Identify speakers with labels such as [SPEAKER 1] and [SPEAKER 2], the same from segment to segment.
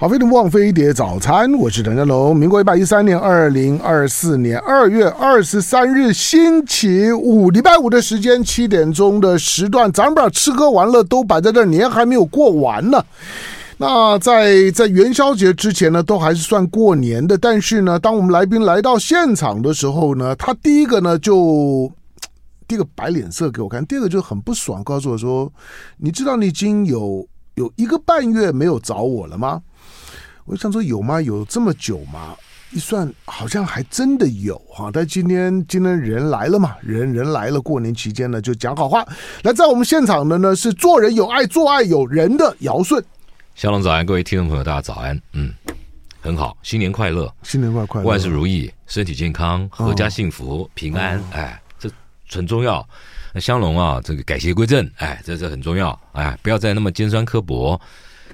[SPEAKER 1] 好，非常望飞碟早餐，我是陈振龙。民国一百一三年二零二四年二月二十三日星期五，礼拜五的时间，七点钟的时段，咱们把吃喝玩乐都摆在这儿，年还没有过完呢。那在在元宵节之前呢，都还是算过年的。但是呢，当我们来宾来到现场的时候呢，他第一个呢就第一个摆脸色给我看，第二个就很不爽，告诉我说：“你知道你已经有有一个半月没有找我了吗？”我就想说有吗？有这么久吗？一算好像还真的有哈。但今天今天人来了嘛，人人来了，过年期间呢就讲好话。来，在我们现场的呢是做人有爱、做爱有人的尧舜，
[SPEAKER 2] 小龙早安，各位听众朋友，大家早安。嗯，很好，新年快乐，
[SPEAKER 1] 新年快快乐，
[SPEAKER 2] 万事如意，身体健康，阖家幸福，平安。哎，这很重要。那香龙啊，这个改邪归正，哎，这这很重要。哎，不要再那么尖酸刻薄。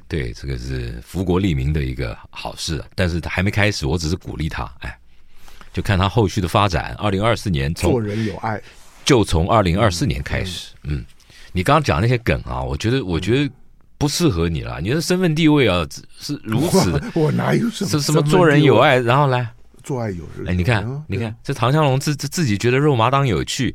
[SPEAKER 2] 对，这个是福国利民的一个好事。但是他还没开始，我只是鼓励他。哎，就看他后续的发展。二零二四年从
[SPEAKER 1] 做人有爱。
[SPEAKER 2] 就从二零二四年开始。嗯，你刚刚讲那些梗啊，我觉得
[SPEAKER 1] 嗯
[SPEAKER 2] 我觉得不适合你了。你的身份地位啊是如此的，
[SPEAKER 1] 我，我哪有什么
[SPEAKER 2] 是什么做人有，爱，然后来
[SPEAKER 1] 做爱有人。啊嗯
[SPEAKER 2] 哎，你看你看，这唐香龙自自自己觉得肉麻当有趣，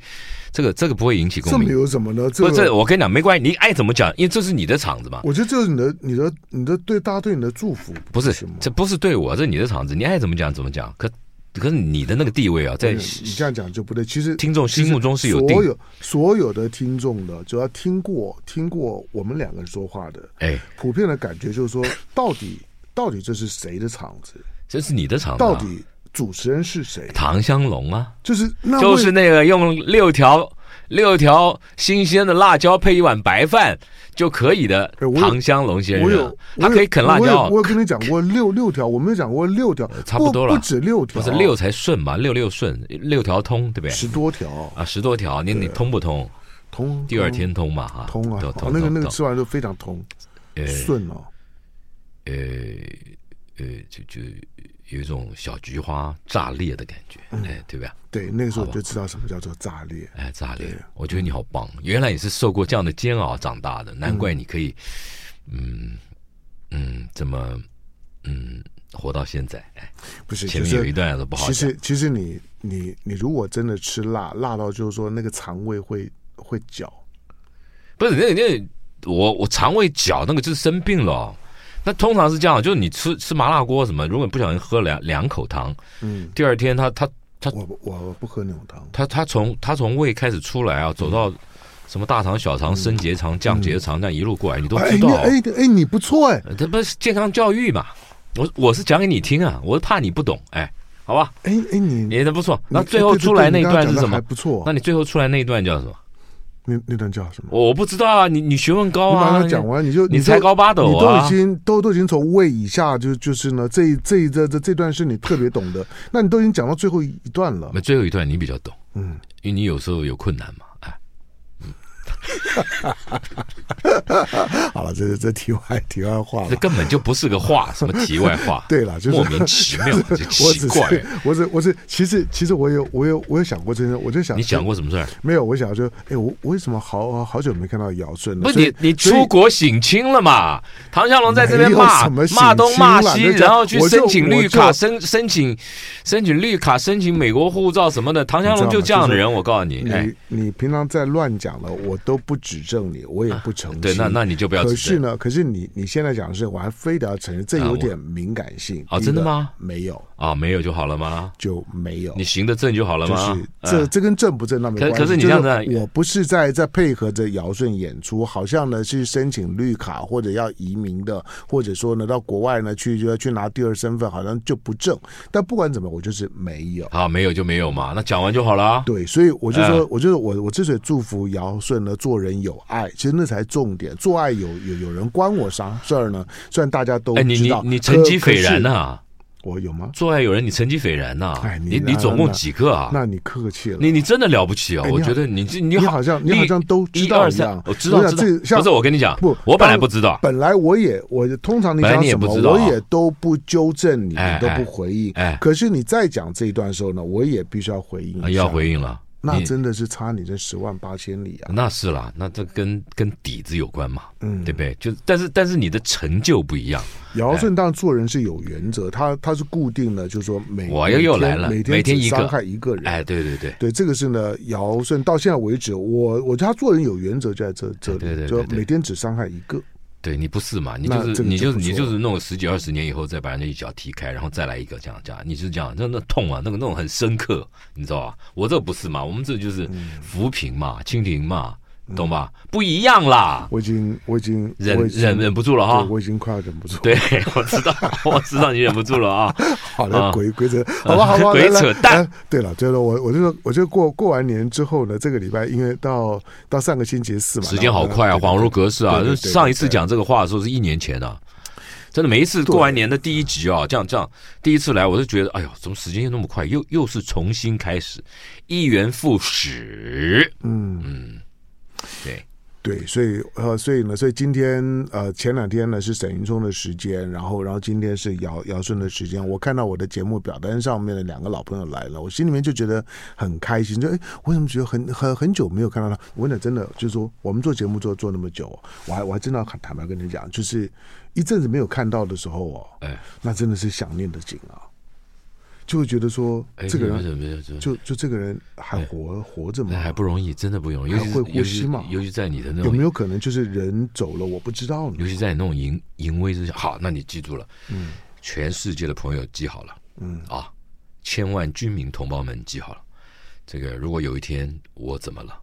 [SPEAKER 2] 这个这个不会引起
[SPEAKER 1] 这
[SPEAKER 2] 共
[SPEAKER 1] 没
[SPEAKER 2] 鸣。
[SPEAKER 1] 有什么呢？这
[SPEAKER 2] 不，
[SPEAKER 1] 个
[SPEAKER 2] 这我跟你讲没关系，你爱怎么讲，因为这是你的场子嘛，
[SPEAKER 1] 我觉得这是你的、你的、你的对大家对你的祝福，
[SPEAKER 2] 不是
[SPEAKER 1] 吗？
[SPEAKER 2] 这不是对我，这是你的场子，你爱怎么讲怎么讲。可可是你的那个地位啊，在
[SPEAKER 1] 你你这样讲就不对。其实
[SPEAKER 2] 听众心目中是有定
[SPEAKER 1] 所有所有的听众呢，只要听过听过我们两个人说话的，
[SPEAKER 2] 哎，
[SPEAKER 1] 普遍的感觉就是说，到底到底这是谁的场子？
[SPEAKER 2] 这是你的场子啊，
[SPEAKER 1] 到底主持人是谁？
[SPEAKER 2] 唐香龙啊。
[SPEAKER 1] 就是那
[SPEAKER 2] 就
[SPEAKER 1] 位
[SPEAKER 2] 是那个用六条六条新鲜的辣椒配一碗白饭就可以的
[SPEAKER 1] 哎我有
[SPEAKER 2] 唐香龙先
[SPEAKER 1] 我
[SPEAKER 2] 生
[SPEAKER 1] 有
[SPEAKER 2] 啊，，他可以啃辣
[SPEAKER 1] 我有
[SPEAKER 2] 椒呃
[SPEAKER 1] 我，有跟你讲过六六条，我没有讲过六条，
[SPEAKER 2] 差不多了
[SPEAKER 1] 不止六条，
[SPEAKER 2] 不是六才顺嘛，六六顺，六条通，对不对？
[SPEAKER 1] 十多条，
[SPEAKER 2] 啊，十多条，你你通不通？
[SPEAKER 1] 通
[SPEAKER 2] 第二天通嘛哈，
[SPEAKER 1] 通啊
[SPEAKER 2] 都，
[SPEAKER 1] 哦
[SPEAKER 2] 通
[SPEAKER 1] 那个那
[SPEAKER 2] 通
[SPEAKER 1] 个
[SPEAKER 2] 通
[SPEAKER 1] 吃完就非常通，
[SPEAKER 2] 呃
[SPEAKER 1] 顺哦，
[SPEAKER 2] 呃呃，就就有一种小菊花炸裂的感觉，
[SPEAKER 1] 嗯
[SPEAKER 2] 哎，对吧？
[SPEAKER 1] 对，那个时候我
[SPEAKER 2] 好吧
[SPEAKER 1] 就知道什么叫做炸裂，
[SPEAKER 2] 哎，炸裂！我觉得你好棒，原来你是受过这样的煎熬长大的，难怪你可以，嗯嗯，这么嗯活到现在。哎，
[SPEAKER 1] 不是，
[SPEAKER 2] 前
[SPEAKER 1] 就
[SPEAKER 2] 面有一
[SPEAKER 1] 是
[SPEAKER 2] 段都不好
[SPEAKER 1] 其
[SPEAKER 2] 讲，
[SPEAKER 1] 实其实你你你如果真的吃辣，辣到就是说那个肠胃会会绞，
[SPEAKER 2] 不是那那我我肠胃绞那个就是生病了哦、那通常是这样，就是你吃吃麻辣锅什么，如果你不小心喝两两口汤，
[SPEAKER 1] 嗯，
[SPEAKER 2] 第二天他他
[SPEAKER 1] 我不我不喝那种汤，
[SPEAKER 2] 他他从他从胃开始出来啊，
[SPEAKER 1] 嗯
[SPEAKER 2] 走到什么大肠、小肠、升结肠、降结肠，这样一路过来，你都
[SPEAKER 1] 哎
[SPEAKER 2] 知
[SPEAKER 1] 你
[SPEAKER 2] 道。
[SPEAKER 1] 哎哎你不错哎
[SPEAKER 2] 呃这不是健康教育嘛？我我是讲给你听啊，我是怕你不懂，哎，好吧，
[SPEAKER 1] 哎哎你
[SPEAKER 2] 你的不错。
[SPEAKER 1] 你哎
[SPEAKER 2] 那最后
[SPEAKER 1] 对对
[SPEAKER 2] 出来
[SPEAKER 1] 对
[SPEAKER 2] 那
[SPEAKER 1] 你
[SPEAKER 2] 一
[SPEAKER 1] 刚刚讲
[SPEAKER 2] 段是
[SPEAKER 1] 得
[SPEAKER 2] 什
[SPEAKER 1] 还
[SPEAKER 2] 么？
[SPEAKER 1] 不错，
[SPEAKER 2] 那你最后出来那一段叫什么？
[SPEAKER 1] 那那段叫什么？
[SPEAKER 2] 我我不知道啊，你你学问高
[SPEAKER 1] 你马
[SPEAKER 2] 啊，
[SPEAKER 1] 上讲完，你就
[SPEAKER 2] 你
[SPEAKER 1] 就
[SPEAKER 2] 才高八斗
[SPEAKER 1] 你都
[SPEAKER 2] 啊
[SPEAKER 1] 已经都都已经从胃以下就就是呢，这这这这这段是你特别懂的，那你都已经讲到最后一段了
[SPEAKER 2] 那，最后一段你比较懂，
[SPEAKER 1] 嗯，
[SPEAKER 2] 因为你有时候有困难嘛，哎，
[SPEAKER 1] 好了，这是这题外题外话
[SPEAKER 2] 这
[SPEAKER 1] 了。，
[SPEAKER 2] 根本就不是个话，什么题外话
[SPEAKER 1] 对了，就是
[SPEAKER 2] 莫名 其妙，这
[SPEAKER 1] 我
[SPEAKER 2] 奇
[SPEAKER 1] 只
[SPEAKER 2] 怪。
[SPEAKER 1] 是我只我只其实其实我有我有我有想过这件事，我就想
[SPEAKER 2] 你想过什么事儿？
[SPEAKER 1] 没有？我想就哎，我我为什么好好久没看到尧舜了？
[SPEAKER 2] 不，
[SPEAKER 1] 所以
[SPEAKER 2] 你你
[SPEAKER 1] 所以
[SPEAKER 2] 出国省亲了嘛？唐香龙在这边
[SPEAKER 1] 没有
[SPEAKER 2] 骂
[SPEAKER 1] 什么省
[SPEAKER 2] 骂东
[SPEAKER 1] 亲
[SPEAKER 2] 骂
[SPEAKER 1] 啦
[SPEAKER 2] 西，
[SPEAKER 1] 那叫
[SPEAKER 2] 然后去
[SPEAKER 1] 我就
[SPEAKER 2] 申请绿
[SPEAKER 1] 我
[SPEAKER 2] 卡、
[SPEAKER 1] 就
[SPEAKER 2] 申申请申请绿卡、申请美国护照什么的。唐香龙就这样的人，我告诉你，哎
[SPEAKER 1] 你，你平常在乱讲了，我都不指正你，我也不澄清。
[SPEAKER 2] 啊对，那那你就不要指
[SPEAKER 1] 可
[SPEAKER 2] 正。
[SPEAKER 1] 是呢，可是你你现在讲的是，我还非得要承认，这
[SPEAKER 2] 啊
[SPEAKER 1] 有
[SPEAKER 2] 我
[SPEAKER 1] 点敏感性
[SPEAKER 2] 啊
[SPEAKER 1] 第一
[SPEAKER 2] 真的
[SPEAKER 1] 个
[SPEAKER 2] 吗
[SPEAKER 1] 没有，
[SPEAKER 2] 啊，没有就好了吗？
[SPEAKER 1] 就没有。
[SPEAKER 2] 你行得正就好了
[SPEAKER 1] 就
[SPEAKER 2] 吗
[SPEAKER 1] 是？这
[SPEAKER 2] 哎
[SPEAKER 1] 这跟正不正那没
[SPEAKER 2] 可
[SPEAKER 1] 关系。
[SPEAKER 2] 可是你
[SPEAKER 1] 就
[SPEAKER 2] 这样子啊
[SPEAKER 1] 我不是在在配合着尧舜演出，好像呢是申请绿卡或者要移民的，或者说呢到国外呢去就要去拿第二身份，好像就不正。但不管怎么，我就是没有。
[SPEAKER 2] 啊，没有就没有嘛，那讲完就好了啊。
[SPEAKER 1] 对，所以我就说，
[SPEAKER 2] 嗯
[SPEAKER 1] 我就是我，我之所以祝福尧舜呢，做人有爱，其实那才重点。做爱有有有人关我啥事儿呢？虽然大家都
[SPEAKER 2] 哎，你
[SPEAKER 1] 知
[SPEAKER 2] 你
[SPEAKER 1] 道，
[SPEAKER 2] 你
[SPEAKER 1] 可
[SPEAKER 2] 成绩斐然、啊
[SPEAKER 1] 可是
[SPEAKER 2] 呐、
[SPEAKER 1] 我有吗？
[SPEAKER 2] 做爱有人你成绩斐然呐、
[SPEAKER 1] 哎你
[SPEAKER 2] 你你
[SPEAKER 1] 那
[SPEAKER 2] 总共几个啊？
[SPEAKER 1] 那你客气了。
[SPEAKER 2] 你你真的了不起哦！
[SPEAKER 1] 哎你
[SPEAKER 2] 我
[SPEAKER 1] 好
[SPEAKER 2] 觉得你这你
[SPEAKER 1] 你好像你好像都知
[SPEAKER 2] 一
[SPEAKER 1] 道
[SPEAKER 2] 二
[SPEAKER 1] 一样
[SPEAKER 2] 三，我知道
[SPEAKER 1] 我
[SPEAKER 2] 知
[SPEAKER 1] 想
[SPEAKER 2] 道
[SPEAKER 1] 这，像
[SPEAKER 2] 不是我跟你讲，
[SPEAKER 1] 不
[SPEAKER 2] 我本来
[SPEAKER 1] 当
[SPEAKER 2] 不知道，
[SPEAKER 1] 本来我也我通常你
[SPEAKER 2] 本来
[SPEAKER 1] 讲
[SPEAKER 2] 你也
[SPEAKER 1] 什么，
[SPEAKER 2] 不知道啊
[SPEAKER 1] 我也都不纠正你，
[SPEAKER 2] 哎
[SPEAKER 1] 你都不回应。
[SPEAKER 2] 哎哎
[SPEAKER 1] 可是你再讲这一段的时候呢，我也必须要回应一
[SPEAKER 2] 啊
[SPEAKER 1] 下。
[SPEAKER 2] 又要回应了，
[SPEAKER 1] 那真的是差你这十万八千里啊！
[SPEAKER 2] 那是啦，那这跟跟底子有关嘛，
[SPEAKER 1] 嗯
[SPEAKER 2] 对不对？就但是但是你的成就不一样，
[SPEAKER 1] 尧舜当然做人是有原则，他他是固定的，就是说每
[SPEAKER 2] 哎我又又来了
[SPEAKER 1] 每
[SPEAKER 2] 每
[SPEAKER 1] 只
[SPEAKER 2] 天一个
[SPEAKER 1] 伤害一个人，
[SPEAKER 2] 哎，对对对，
[SPEAKER 1] 对，这个是呢，尧舜到现在为止，我我觉得他做人有原则就在这这里，
[SPEAKER 2] 对对对
[SPEAKER 1] 就
[SPEAKER 2] 对
[SPEAKER 1] 每天只伤害一个。
[SPEAKER 2] 对你不是嘛？你
[SPEAKER 1] 那
[SPEAKER 2] 就是
[SPEAKER 1] 这个
[SPEAKER 2] 你
[SPEAKER 1] 就
[SPEAKER 2] 就
[SPEAKER 1] 不
[SPEAKER 2] 是你
[SPEAKER 1] 错
[SPEAKER 2] 就
[SPEAKER 1] 了
[SPEAKER 2] 是弄个十几二十年以后再把人家一脚踢开，然后再来一个这样这样，你是这样，那那痛啊，那个那种很深刻，你知道吧？我这不是嘛，我们这就是
[SPEAKER 1] 嗯
[SPEAKER 2] 扶贫嘛，清零嘛，懂吧？不一样啦，
[SPEAKER 1] 我已经我已经
[SPEAKER 2] 忍
[SPEAKER 1] 嗯我已经
[SPEAKER 2] 忍忍不住了 哈
[SPEAKER 1] 对，。我已经快要忍不住。
[SPEAKER 2] 对，我知道，我知道你忍不住了啊。
[SPEAKER 1] 好了，
[SPEAKER 2] 啊
[SPEAKER 1] 鬼鬼扯，好吧，好吧，
[SPEAKER 2] 鬼
[SPEAKER 1] 来
[SPEAKER 2] 扯淡。
[SPEAKER 1] 来来对了，对了，我我就说，我就过过完年之后呢，这个礼拜因为到到上个星期四嘛，
[SPEAKER 2] 时间好
[SPEAKER 1] 然后呢
[SPEAKER 2] 快啊，
[SPEAKER 1] 对对
[SPEAKER 2] 恍如隔世啊！
[SPEAKER 1] 对对对对
[SPEAKER 2] 上一次讲这个话的时候是一年前啊，真的每一次过完年的第一集啊，这样这样，第一次来我就觉得，哎呦，怎么时间又那么快？又又是重新开始，一元复始。
[SPEAKER 1] 嗯，
[SPEAKER 2] 嗯，对，
[SPEAKER 1] 对，所以呃，所以呢，所以今天呃，前两天呢是沈云聪的时间，然后然后今天是姚姚顺的时间。我看到我的节目表单上面的两个老朋友来了，我心里面就觉得很开心，就哎，我怎么觉得很很很久没有看到他？我跟你讲，真的就是说，我们做节目做做那么久，我还我还真的要坦白跟你讲，就是一阵子没有看到的时候哦，
[SPEAKER 2] 哎，
[SPEAKER 1] 那真的是想念的紧啊，就会觉得说
[SPEAKER 2] 哎，
[SPEAKER 1] 这个
[SPEAKER 2] 你
[SPEAKER 1] 人
[SPEAKER 2] 们怎么怎么
[SPEAKER 1] 就就这个人还活活着吗
[SPEAKER 2] 那？哎还不容易，真的不容易，尤其
[SPEAKER 1] 还
[SPEAKER 2] 是
[SPEAKER 1] 会呼
[SPEAKER 2] 尤
[SPEAKER 1] 吸
[SPEAKER 2] 其是
[SPEAKER 1] 嘛
[SPEAKER 2] 尤其在你的那
[SPEAKER 1] 有
[SPEAKER 2] 种
[SPEAKER 1] 没有可能就是人走了，我不知道呢
[SPEAKER 2] 尤？其在那种淫淫威之下，好，那你记住了，嗯，全世界的朋友记好了，嗯啊，千万军民同胞们记好了，这个如果有一天我怎么了，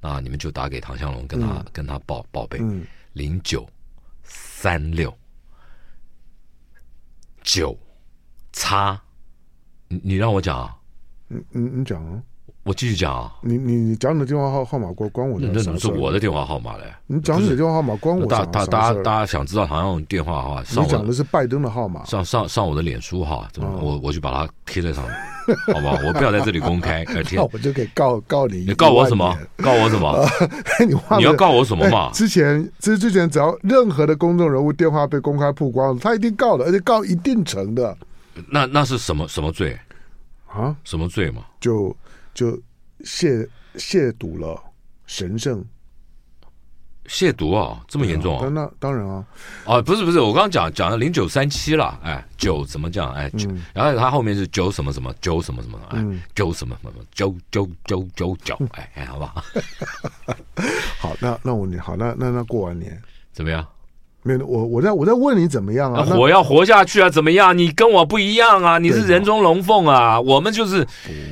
[SPEAKER 2] 那你们就打给唐湘龙，跟他、跟他报报备，
[SPEAKER 1] 嗯
[SPEAKER 2] 零九三六九叉，你你让我讲啊，
[SPEAKER 1] 嗯嗯，你讲啊，
[SPEAKER 2] 我继续讲啊，
[SPEAKER 1] 你你你讲你的电话号号码关关我
[SPEAKER 2] 那
[SPEAKER 1] 的
[SPEAKER 2] 那
[SPEAKER 1] 啥
[SPEAKER 2] 那
[SPEAKER 1] 事
[SPEAKER 2] 是
[SPEAKER 1] 儿？
[SPEAKER 2] 我的电话号码嘞，
[SPEAKER 1] 你讲你的电话号码关我
[SPEAKER 2] 大
[SPEAKER 1] 啥
[SPEAKER 2] 大
[SPEAKER 1] 啥
[SPEAKER 2] 大
[SPEAKER 1] 事
[SPEAKER 2] 家
[SPEAKER 1] 儿？
[SPEAKER 2] 大家想知道唐湘龙电话的话，上
[SPEAKER 1] 你
[SPEAKER 2] 我
[SPEAKER 1] 讲的是拜登的号码，
[SPEAKER 2] 上上上我的脸书哈，怎么我我就把它贴在上面，好不好？我不要在这里公开，呃，贴
[SPEAKER 1] 那我就可以告告你一万年。
[SPEAKER 2] 你啊告我什么？告我什么？
[SPEAKER 1] 你忘了
[SPEAKER 2] 你要告我什么嘛
[SPEAKER 1] 哎？之前之之前，只要任何的公众人物电话被公开曝光，他一定告的，而且告一定成的
[SPEAKER 2] 那那是什么什么罪？
[SPEAKER 1] 啊，
[SPEAKER 2] 什么罪嘛？
[SPEAKER 1] 就就亵亵渎了神圣。
[SPEAKER 2] 亵渎啊，这么严重
[SPEAKER 1] 那
[SPEAKER 2] 啊？
[SPEAKER 1] 那当然啊，
[SPEAKER 2] 啊，不是不是，我刚刚讲讲了零九三七了，哎，九怎么讲？哎，九，然后它后面是九什么什么九什么什么，哎，九什么什么九九九九九，哎哎，好不好？
[SPEAKER 1] 好，那那我你好，那那那过完年。
[SPEAKER 2] 怎么样？
[SPEAKER 1] 没有，我我在我在问你怎么样
[SPEAKER 2] 啊那
[SPEAKER 1] 啊？
[SPEAKER 2] 活要活下去啊，怎么样？你跟我不一样啊，你是
[SPEAKER 1] 对
[SPEAKER 2] 人中龙凤啊，我们就是。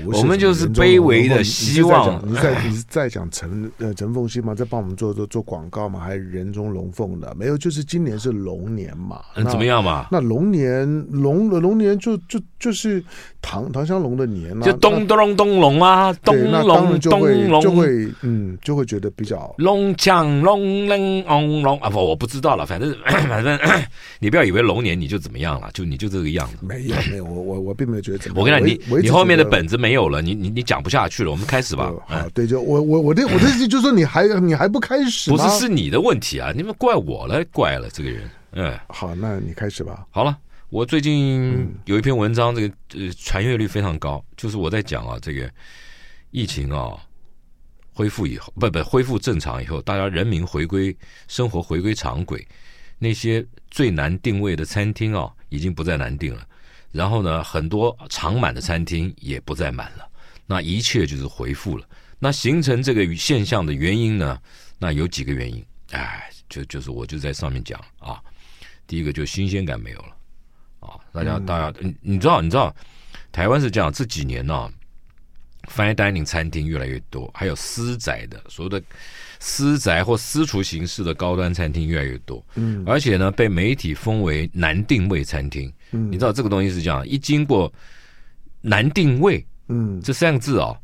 [SPEAKER 1] 那
[SPEAKER 2] 我们就是卑微的希望
[SPEAKER 1] 你是在讲你是在讲陈呃陈凤新吗？在帮我们做做做广告吗？还是人中龙凤的？没有，就是今年是龙年嘛。
[SPEAKER 2] 嗯，
[SPEAKER 1] 那
[SPEAKER 2] 怎么？样嘛？
[SPEAKER 1] 那龙年龙龙年就就就是唐唐香龙的年啊，
[SPEAKER 2] 就咚咚咚隆啊，
[SPEAKER 1] 那
[SPEAKER 2] 咚
[SPEAKER 1] 对那当
[SPEAKER 2] 隆
[SPEAKER 1] 然就会
[SPEAKER 2] 咚
[SPEAKER 1] 就
[SPEAKER 2] 隆，
[SPEAKER 1] 会嗯就会觉得比较
[SPEAKER 2] 隆锵隆隆隆隆啊！不，我不知道了，反 正反正 你不要以为龙年你就怎么样了，就你就这个样子。
[SPEAKER 1] 没有没有我我我并没有觉得怎么样。
[SPEAKER 2] 我跟你
[SPEAKER 1] 一
[SPEAKER 2] 讲，
[SPEAKER 1] 我一
[SPEAKER 2] 你
[SPEAKER 1] 直
[SPEAKER 2] 你后面的
[SPEAKER 1] 觉得
[SPEAKER 2] 本子没有了，你你你讲不下去了，我们开始吧
[SPEAKER 1] 呃。
[SPEAKER 2] 嗯
[SPEAKER 1] 好对，就我我我的我的意思就是说你还你还不开始
[SPEAKER 2] 不
[SPEAKER 1] 吗？
[SPEAKER 2] 是是你的问题啊，你们怪我了，怪了这个人。嗯，
[SPEAKER 1] 好，那你开始吧。
[SPEAKER 2] 好了，我最近有一篇文章，这个呃传阅率非常高，就是我在讲啊，这个疫情啊恢复以后，不不恢复正常以后，大家人民回归生活回归常轨，那些最难定位的餐厅啊，已经不再难定了。然后呢，很多常满的餐厅也不再满了，那一切就是回复了。那形成这个现象的原因呢，那有几个原因，哎，就就是我就在上面讲啊，第一个就新鲜感没有了啊，大家大家，你你知道你知道，台湾是这样，这几年呢、fine dining 餐厅越来越多，还有私宅的所有的私宅或私厨形式的高端餐厅越来越多，嗯，而且呢被媒体封为难定位餐厅，嗯，你知道这个东西是这样，一经过难定位
[SPEAKER 1] 嗯，
[SPEAKER 2] 这三个字啊、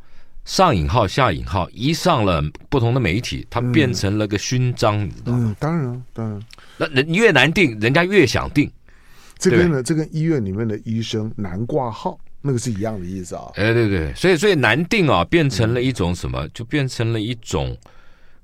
[SPEAKER 2] 上引号下引号一上了不同的媒体，它变成了个勋章，你知道吗？
[SPEAKER 1] 嗯，当然，当然，
[SPEAKER 2] 那人越难定，人家越想定。
[SPEAKER 1] 这
[SPEAKER 2] 对
[SPEAKER 1] 跟呢，这跟医院里面的医生难挂号，那个是一样的意思啊。
[SPEAKER 2] 哎，对对，所以所以难定啊，变成了一种什么？就变成了一种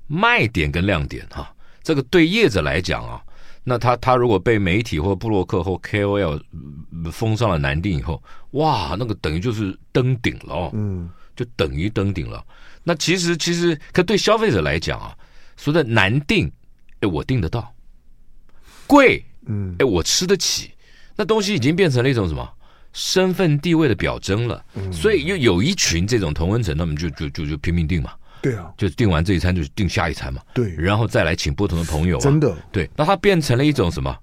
[SPEAKER 2] 卖点跟亮点哈、这个对业者来讲啊，那他他如果被媒体或布洛克或 KOL 嗯封上了难定以后，哇，那个等于就是登顶了哦。
[SPEAKER 1] 嗯，
[SPEAKER 2] 就等于登顶了。那其实其实，可对消费者来讲啊，说的难定，哎，我订得到；贵，
[SPEAKER 1] 嗯，
[SPEAKER 2] 哎，我吃得起。那东西已经变成了一种什么身份地位的表征了。
[SPEAKER 1] 嗯
[SPEAKER 2] 所以又有一群这种同温层，他们就就就就拼命订嘛，
[SPEAKER 1] 对啊，
[SPEAKER 2] 就订完这一餐就订下一餐嘛，
[SPEAKER 1] 对，
[SPEAKER 2] 然后再来请不同的朋友、啊。
[SPEAKER 1] 真的，
[SPEAKER 2] 对，那它变成了一种什么？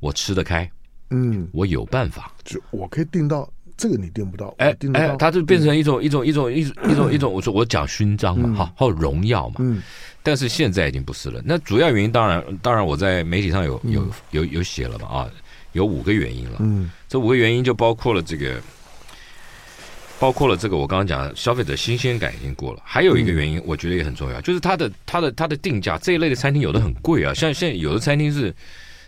[SPEAKER 2] 我吃得开，
[SPEAKER 1] 嗯，
[SPEAKER 2] 我有办法。
[SPEAKER 1] 就我可以定到这个你定不到，我
[SPEAKER 2] 哎
[SPEAKER 1] 定得
[SPEAKER 2] 哎
[SPEAKER 1] 到，，嗯
[SPEAKER 2] 它就变成一种一种一种一种一种一种，我说我讲勋章嘛，哈，还有荣耀嘛。
[SPEAKER 1] 嗯
[SPEAKER 2] 但是现在已经不是了。那主要原因当然当然我在媒体上有有有有写了嘛啊，有五个原因了。
[SPEAKER 1] 嗯
[SPEAKER 2] 这五个原因就包括了这个，包括了这个我刚刚讲的消费者新鲜感已经过了，还有一个原因我觉得也很重要，就是它的它的它的定价这一类的餐厅有的很贵啊，像现在有的餐厅是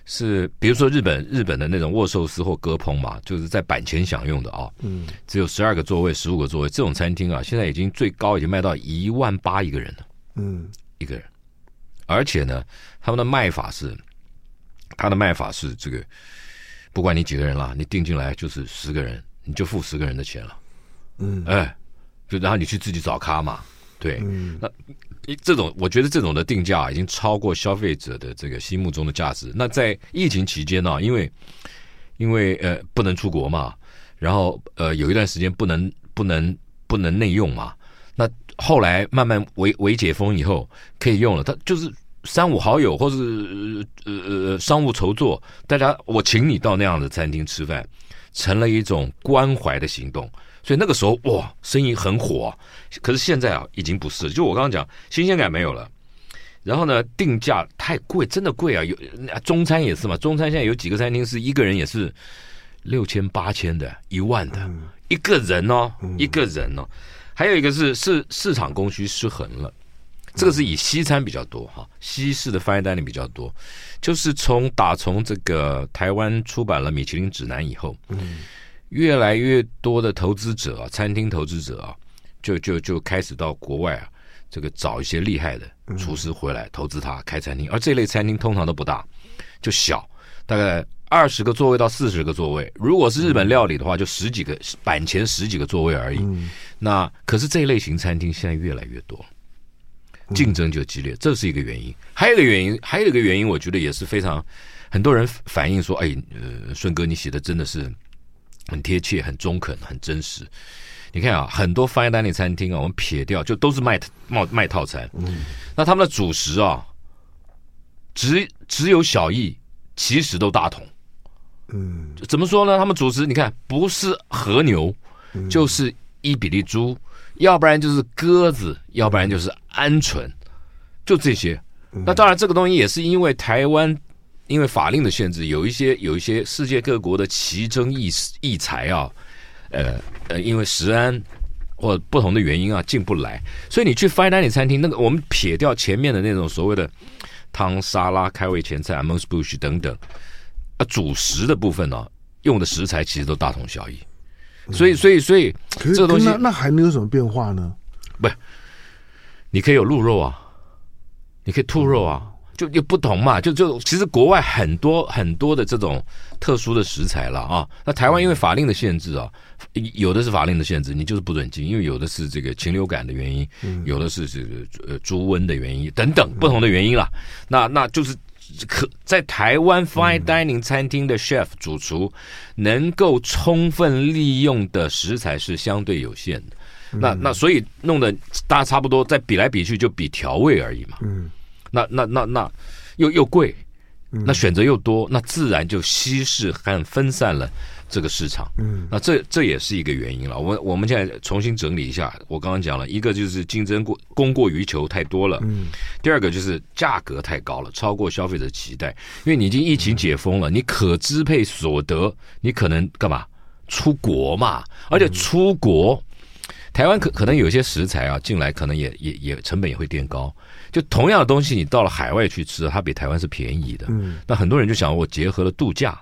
[SPEAKER 2] 是比如说日本日本的那种握寿司或鸽烹嘛，就是在板前享用的啊，
[SPEAKER 1] 嗯，
[SPEAKER 2] 只有十二个座位十五个座位这种餐厅啊，现在已经最高已经卖到一万八一个人了。
[SPEAKER 1] 嗯
[SPEAKER 2] 一个人，而且呢，他们的卖法是，他的卖法是这个，不管你几个人啦，你定进来就是十个人，你就付十个人的钱了，
[SPEAKER 1] 嗯
[SPEAKER 2] 哎，就然后你去自己找咖嘛，对，
[SPEAKER 1] 嗯
[SPEAKER 2] 这种我觉得这种的定价啊已经超过消费者的这个心目中的价值。那在疫情期间呢、啊因为因为呃不能出国嘛，然后呃有一段时间不能不能不能内用嘛，那后来慢慢微微解封以后可以用了，它就是。三五好友或是呃呃商务筹措，大家我请你到那样的餐厅吃饭，成了一种关怀的行动。所以那个时候哇，生意很火、可是现在啊，已经不是了，就我刚刚讲，新鲜感没有了。然后呢，定价太贵，真的贵啊！有那中餐也是嘛，中餐现在有几个餐厅是一个人也是六千、八千的、一万的，一个人哦，一个人哦。还有一个是市市场供需失衡了，这个是以西餐比较多哈，西式的翻译单里比较多，就是从打从这个台湾出版了米其林指南以后，越来越多的投资者啊，餐厅投资者啊，就就就开始到国外啊，这个找一些厉害的厨师回来投资他开餐厅，而这类餐厅通常都不大，就小，大概二十个座位到四十个座位。如果是日本料理的话，就十几个板前十几个座位而已。那可是这一类型餐厅现在越来越多，竞争就激烈，这是一个原因。还有一个原因，还有一个原因，我觉得也是非常很多人反映说，哎，呃，顺哥你写的真的是很贴切、很中肯、很真实。你看啊，很多 fine dining 餐厅啊，我们撇掉，就都是卖卖卖套餐。那他们的主食啊，只只有小异，其实都大同。
[SPEAKER 1] 嗯
[SPEAKER 2] 怎么说呢？他们主食你看，不是和牛，就是伊比利猪，要不然就是鸽子，要不然就是鹌鹑，就这些。
[SPEAKER 1] 嗯
[SPEAKER 2] 那当然，这个东西也是因为台湾因为法令的限制，有一些有一些世界各国的奇珍异异才啊，呃呃，因为食安或不同的原因啊进不来，所以你去 fine dining 餐厅，那个我们撇掉前面的那种所谓的汤、沙拉、开胃前菜、mos bush 等等，啊，主食的部分呢、用的食材其实都大同小异，所以所以所以
[SPEAKER 1] 嗯可是
[SPEAKER 2] 这个东西
[SPEAKER 1] 那那还能有什么变化呢？
[SPEAKER 2] 你可以有鹿肉啊，你可以兔肉啊，就就不同嘛，就就其实国外很多很多的这种特殊的食材了啊。那台湾因为法令的限制啊，有的是法令的限制，你就是不准进，因为有的是这个禽流感的原因，有的是这个呃猪瘟的原因等等不同的原因啦。那那就是。可在台湾 fine dining 餐厅的 chef 主厨能够充分利用的食材是相对有限的，那那所以弄得大家差不多，再比来比去就比调味而已嘛。
[SPEAKER 1] 嗯
[SPEAKER 2] 那那那那又又贵，那选择又多，那自然就稀释和分散了这个市场。
[SPEAKER 1] 嗯
[SPEAKER 2] 那这这也是一个原因了。我们我们现在重新整理一下，我刚刚讲了一个就是竞争过供过于求太多了，
[SPEAKER 1] 嗯
[SPEAKER 2] 第二个就是价格太高了，超过消费者期待，因为你已经疫情解封了，你可支配所得，你可能干嘛？出国嘛，而且出国，台湾可可能有些食材啊进来，可能也也也成本也会垫高。就同样的东西，你到了海外去吃，它比台湾是便宜的。
[SPEAKER 1] 嗯，
[SPEAKER 2] 那很多人就想，我结合了度假、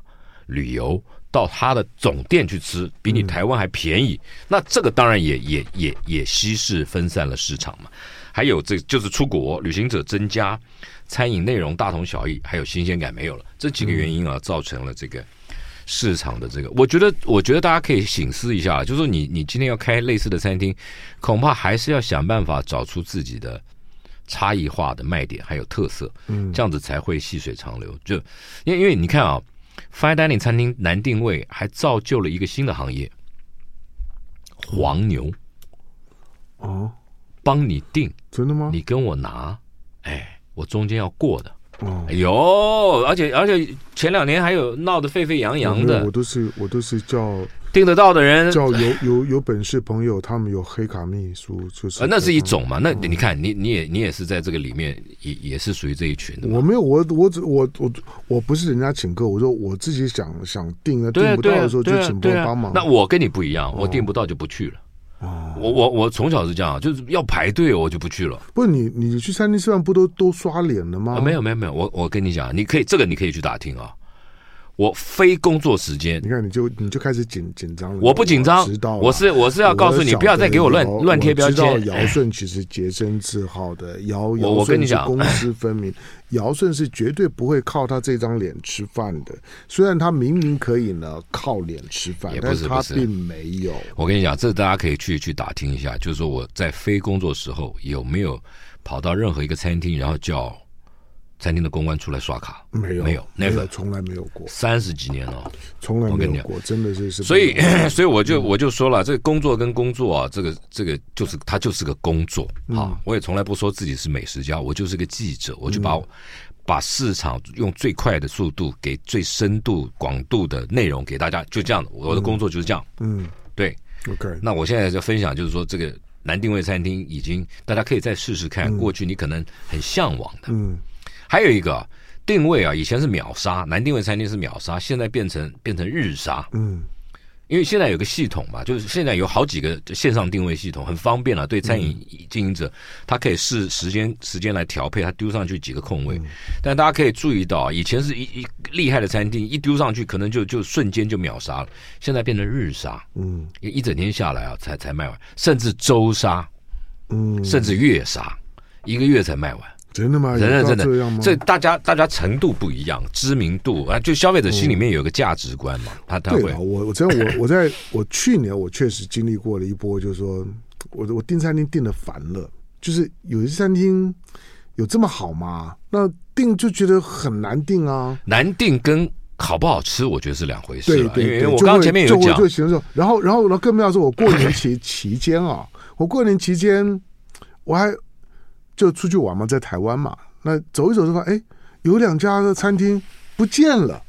[SPEAKER 2] 旅游，到它的总店去吃，比你台湾还便宜。那这个当然也也也也稀释分散了市场嘛。还有这就是出国旅行者增加，餐饮内容大同小异，还有新鲜感没有了，这几个原因啊，造成了这个市场的这个，我觉得，我觉得大家可以醒思一下，就是说你你今天要开类似的餐厅，恐怕还是要想办法找出自己的差异化的卖点，还有特色，
[SPEAKER 1] 嗯
[SPEAKER 2] 这样子才会细水长流。就因为因为你看啊，fine dining 餐厅难定位，还造就了一个新的行业——黄牛
[SPEAKER 1] 哦，
[SPEAKER 2] 帮你定，
[SPEAKER 1] 真的吗？
[SPEAKER 2] 你跟我拿，哎，我中间要过的。
[SPEAKER 1] 哦，
[SPEAKER 2] 有，而且而且前两年还有闹得沸沸扬扬
[SPEAKER 1] 我
[SPEAKER 2] 的
[SPEAKER 1] 我，都是我都是叫
[SPEAKER 2] 订得到的人
[SPEAKER 1] 叫有有有本事朋友，他们有黑卡秘书，就是嗯
[SPEAKER 2] 呃，那是一。种嘛。那你看，你你也你也是在这个里面，也也是属于这一群的
[SPEAKER 1] 我
[SPEAKER 2] 嘛。
[SPEAKER 1] 没有，我我只我我我不是人家请客，我说我自己想想订了，
[SPEAKER 2] 对
[SPEAKER 1] 订
[SPEAKER 2] 啊，
[SPEAKER 1] 不
[SPEAKER 2] 对
[SPEAKER 1] 到
[SPEAKER 2] 啊
[SPEAKER 1] 的时候，就
[SPEAKER 2] 对啊
[SPEAKER 1] 请朋
[SPEAKER 2] 对
[SPEAKER 1] 友
[SPEAKER 2] 啊
[SPEAKER 1] 帮忙。
[SPEAKER 2] 那我跟你不一样，我订不到就不去了。我我我从小是这样，就是要排队我就不去了。
[SPEAKER 1] 不是你你去餐厅吃饭不都都刷脸的吗？
[SPEAKER 2] 啊，没有没有没有，我我跟你讲，你可以这个你可以去打听啊。我非工作时间
[SPEAKER 1] 你看，你就你就开始紧紧张了。
[SPEAKER 2] 我不紧张
[SPEAKER 1] 嗯知道，了啊
[SPEAKER 2] 我是我是要告诉你，
[SPEAKER 1] 小
[SPEAKER 2] 不要再给我乱
[SPEAKER 1] 朋友
[SPEAKER 2] 乱贴标
[SPEAKER 1] 我
[SPEAKER 2] 签
[SPEAKER 1] 知。道尧舜其实洁身自好 的，尧
[SPEAKER 2] 我
[SPEAKER 1] 尧
[SPEAKER 2] 我跟
[SPEAKER 1] 舜
[SPEAKER 2] 你
[SPEAKER 1] 是
[SPEAKER 2] 讲
[SPEAKER 1] 公私分明，尧舜是绝对不会靠他这张脸吃饭的。虽然他明明可以呢靠脸吃饭
[SPEAKER 2] 也，不
[SPEAKER 1] 但
[SPEAKER 2] 是
[SPEAKER 1] 他
[SPEAKER 2] 不是
[SPEAKER 1] 并没有。
[SPEAKER 2] 我跟你讲，这大家可以去去打听一下，就是说我在非工作时候有没有跑到任何一个餐厅，然后叫餐厅的公关出来刷卡？
[SPEAKER 1] 没有
[SPEAKER 2] 没有
[SPEAKER 1] 没有，
[SPEAKER 2] never
[SPEAKER 1] 从来没有过，
[SPEAKER 2] 三十几年了，
[SPEAKER 1] 从来
[SPEAKER 2] 我
[SPEAKER 1] 没
[SPEAKER 2] 跟你
[SPEAKER 1] 有
[SPEAKER 2] 讲
[SPEAKER 1] 过，真的是是。
[SPEAKER 2] 所以 所以我就我就说了，这个工作跟工作啊，这个这个就是它就是个工作啊。我也从来不说自己是美食家，我就是个记者，我就把我把市场用最快的速度给最深度广度的内容给大家，就这样的。我的工作就是这样，
[SPEAKER 1] 嗯
[SPEAKER 2] 对。
[SPEAKER 1] ，OK，
[SPEAKER 2] 那我现在在分享，就是说这个南定位餐厅已经，大家可以再试试看。过去你可能很向往的，
[SPEAKER 1] 嗯
[SPEAKER 2] 还有一个啊定位啊，以前是秒杀，南定位餐厅是秒杀，现在变成变成日杀，
[SPEAKER 1] 嗯
[SPEAKER 2] 因为现在有个系统嘛，就是现在有好几个线上定位系统，很方便了、对餐饮
[SPEAKER 1] 嗯
[SPEAKER 2] 经营者，他可以视时间时间来调配，他丢上去几个空
[SPEAKER 1] 嗯
[SPEAKER 2] 位。但大家可以注意到，以前是一一厉害的餐厅，一丢上去可能就就瞬间就秒杀了，现在变成日杀。
[SPEAKER 1] 嗯
[SPEAKER 2] 一一整天下来啊，才才卖完，甚至周杀，
[SPEAKER 1] 嗯，
[SPEAKER 2] 甚至月杀，一个月才卖完。
[SPEAKER 1] 真的吗？
[SPEAKER 2] 真的
[SPEAKER 1] 有到
[SPEAKER 2] 真的
[SPEAKER 1] 这样吗？
[SPEAKER 2] 这大家大家程度不一样，知名度啊，就消费者心里面有个价值观嘛，他他
[SPEAKER 1] 嗯对
[SPEAKER 2] 会
[SPEAKER 1] 了，我我真的我我在我去年我确实经历过了一波，就是说我我订餐厅订的烦了，就是有些餐厅有这么好吗？那订就觉得很难订啊。
[SPEAKER 2] 难定跟好不好吃，我觉得是两回事
[SPEAKER 1] 对
[SPEAKER 2] 了。
[SPEAKER 1] 对
[SPEAKER 2] 因为
[SPEAKER 1] 对，
[SPEAKER 2] 因为我
[SPEAKER 1] 就
[SPEAKER 2] 刚刚
[SPEAKER 1] 会
[SPEAKER 2] 前面
[SPEAKER 1] 就
[SPEAKER 2] 有
[SPEAKER 1] 会
[SPEAKER 2] 讲
[SPEAKER 1] 就，形容，然后然后然后更不要说，我过年期期间啊，我过年期间我还就出去玩嘛，在台湾嘛，那走一走就发现哎，有两家的餐厅不见了，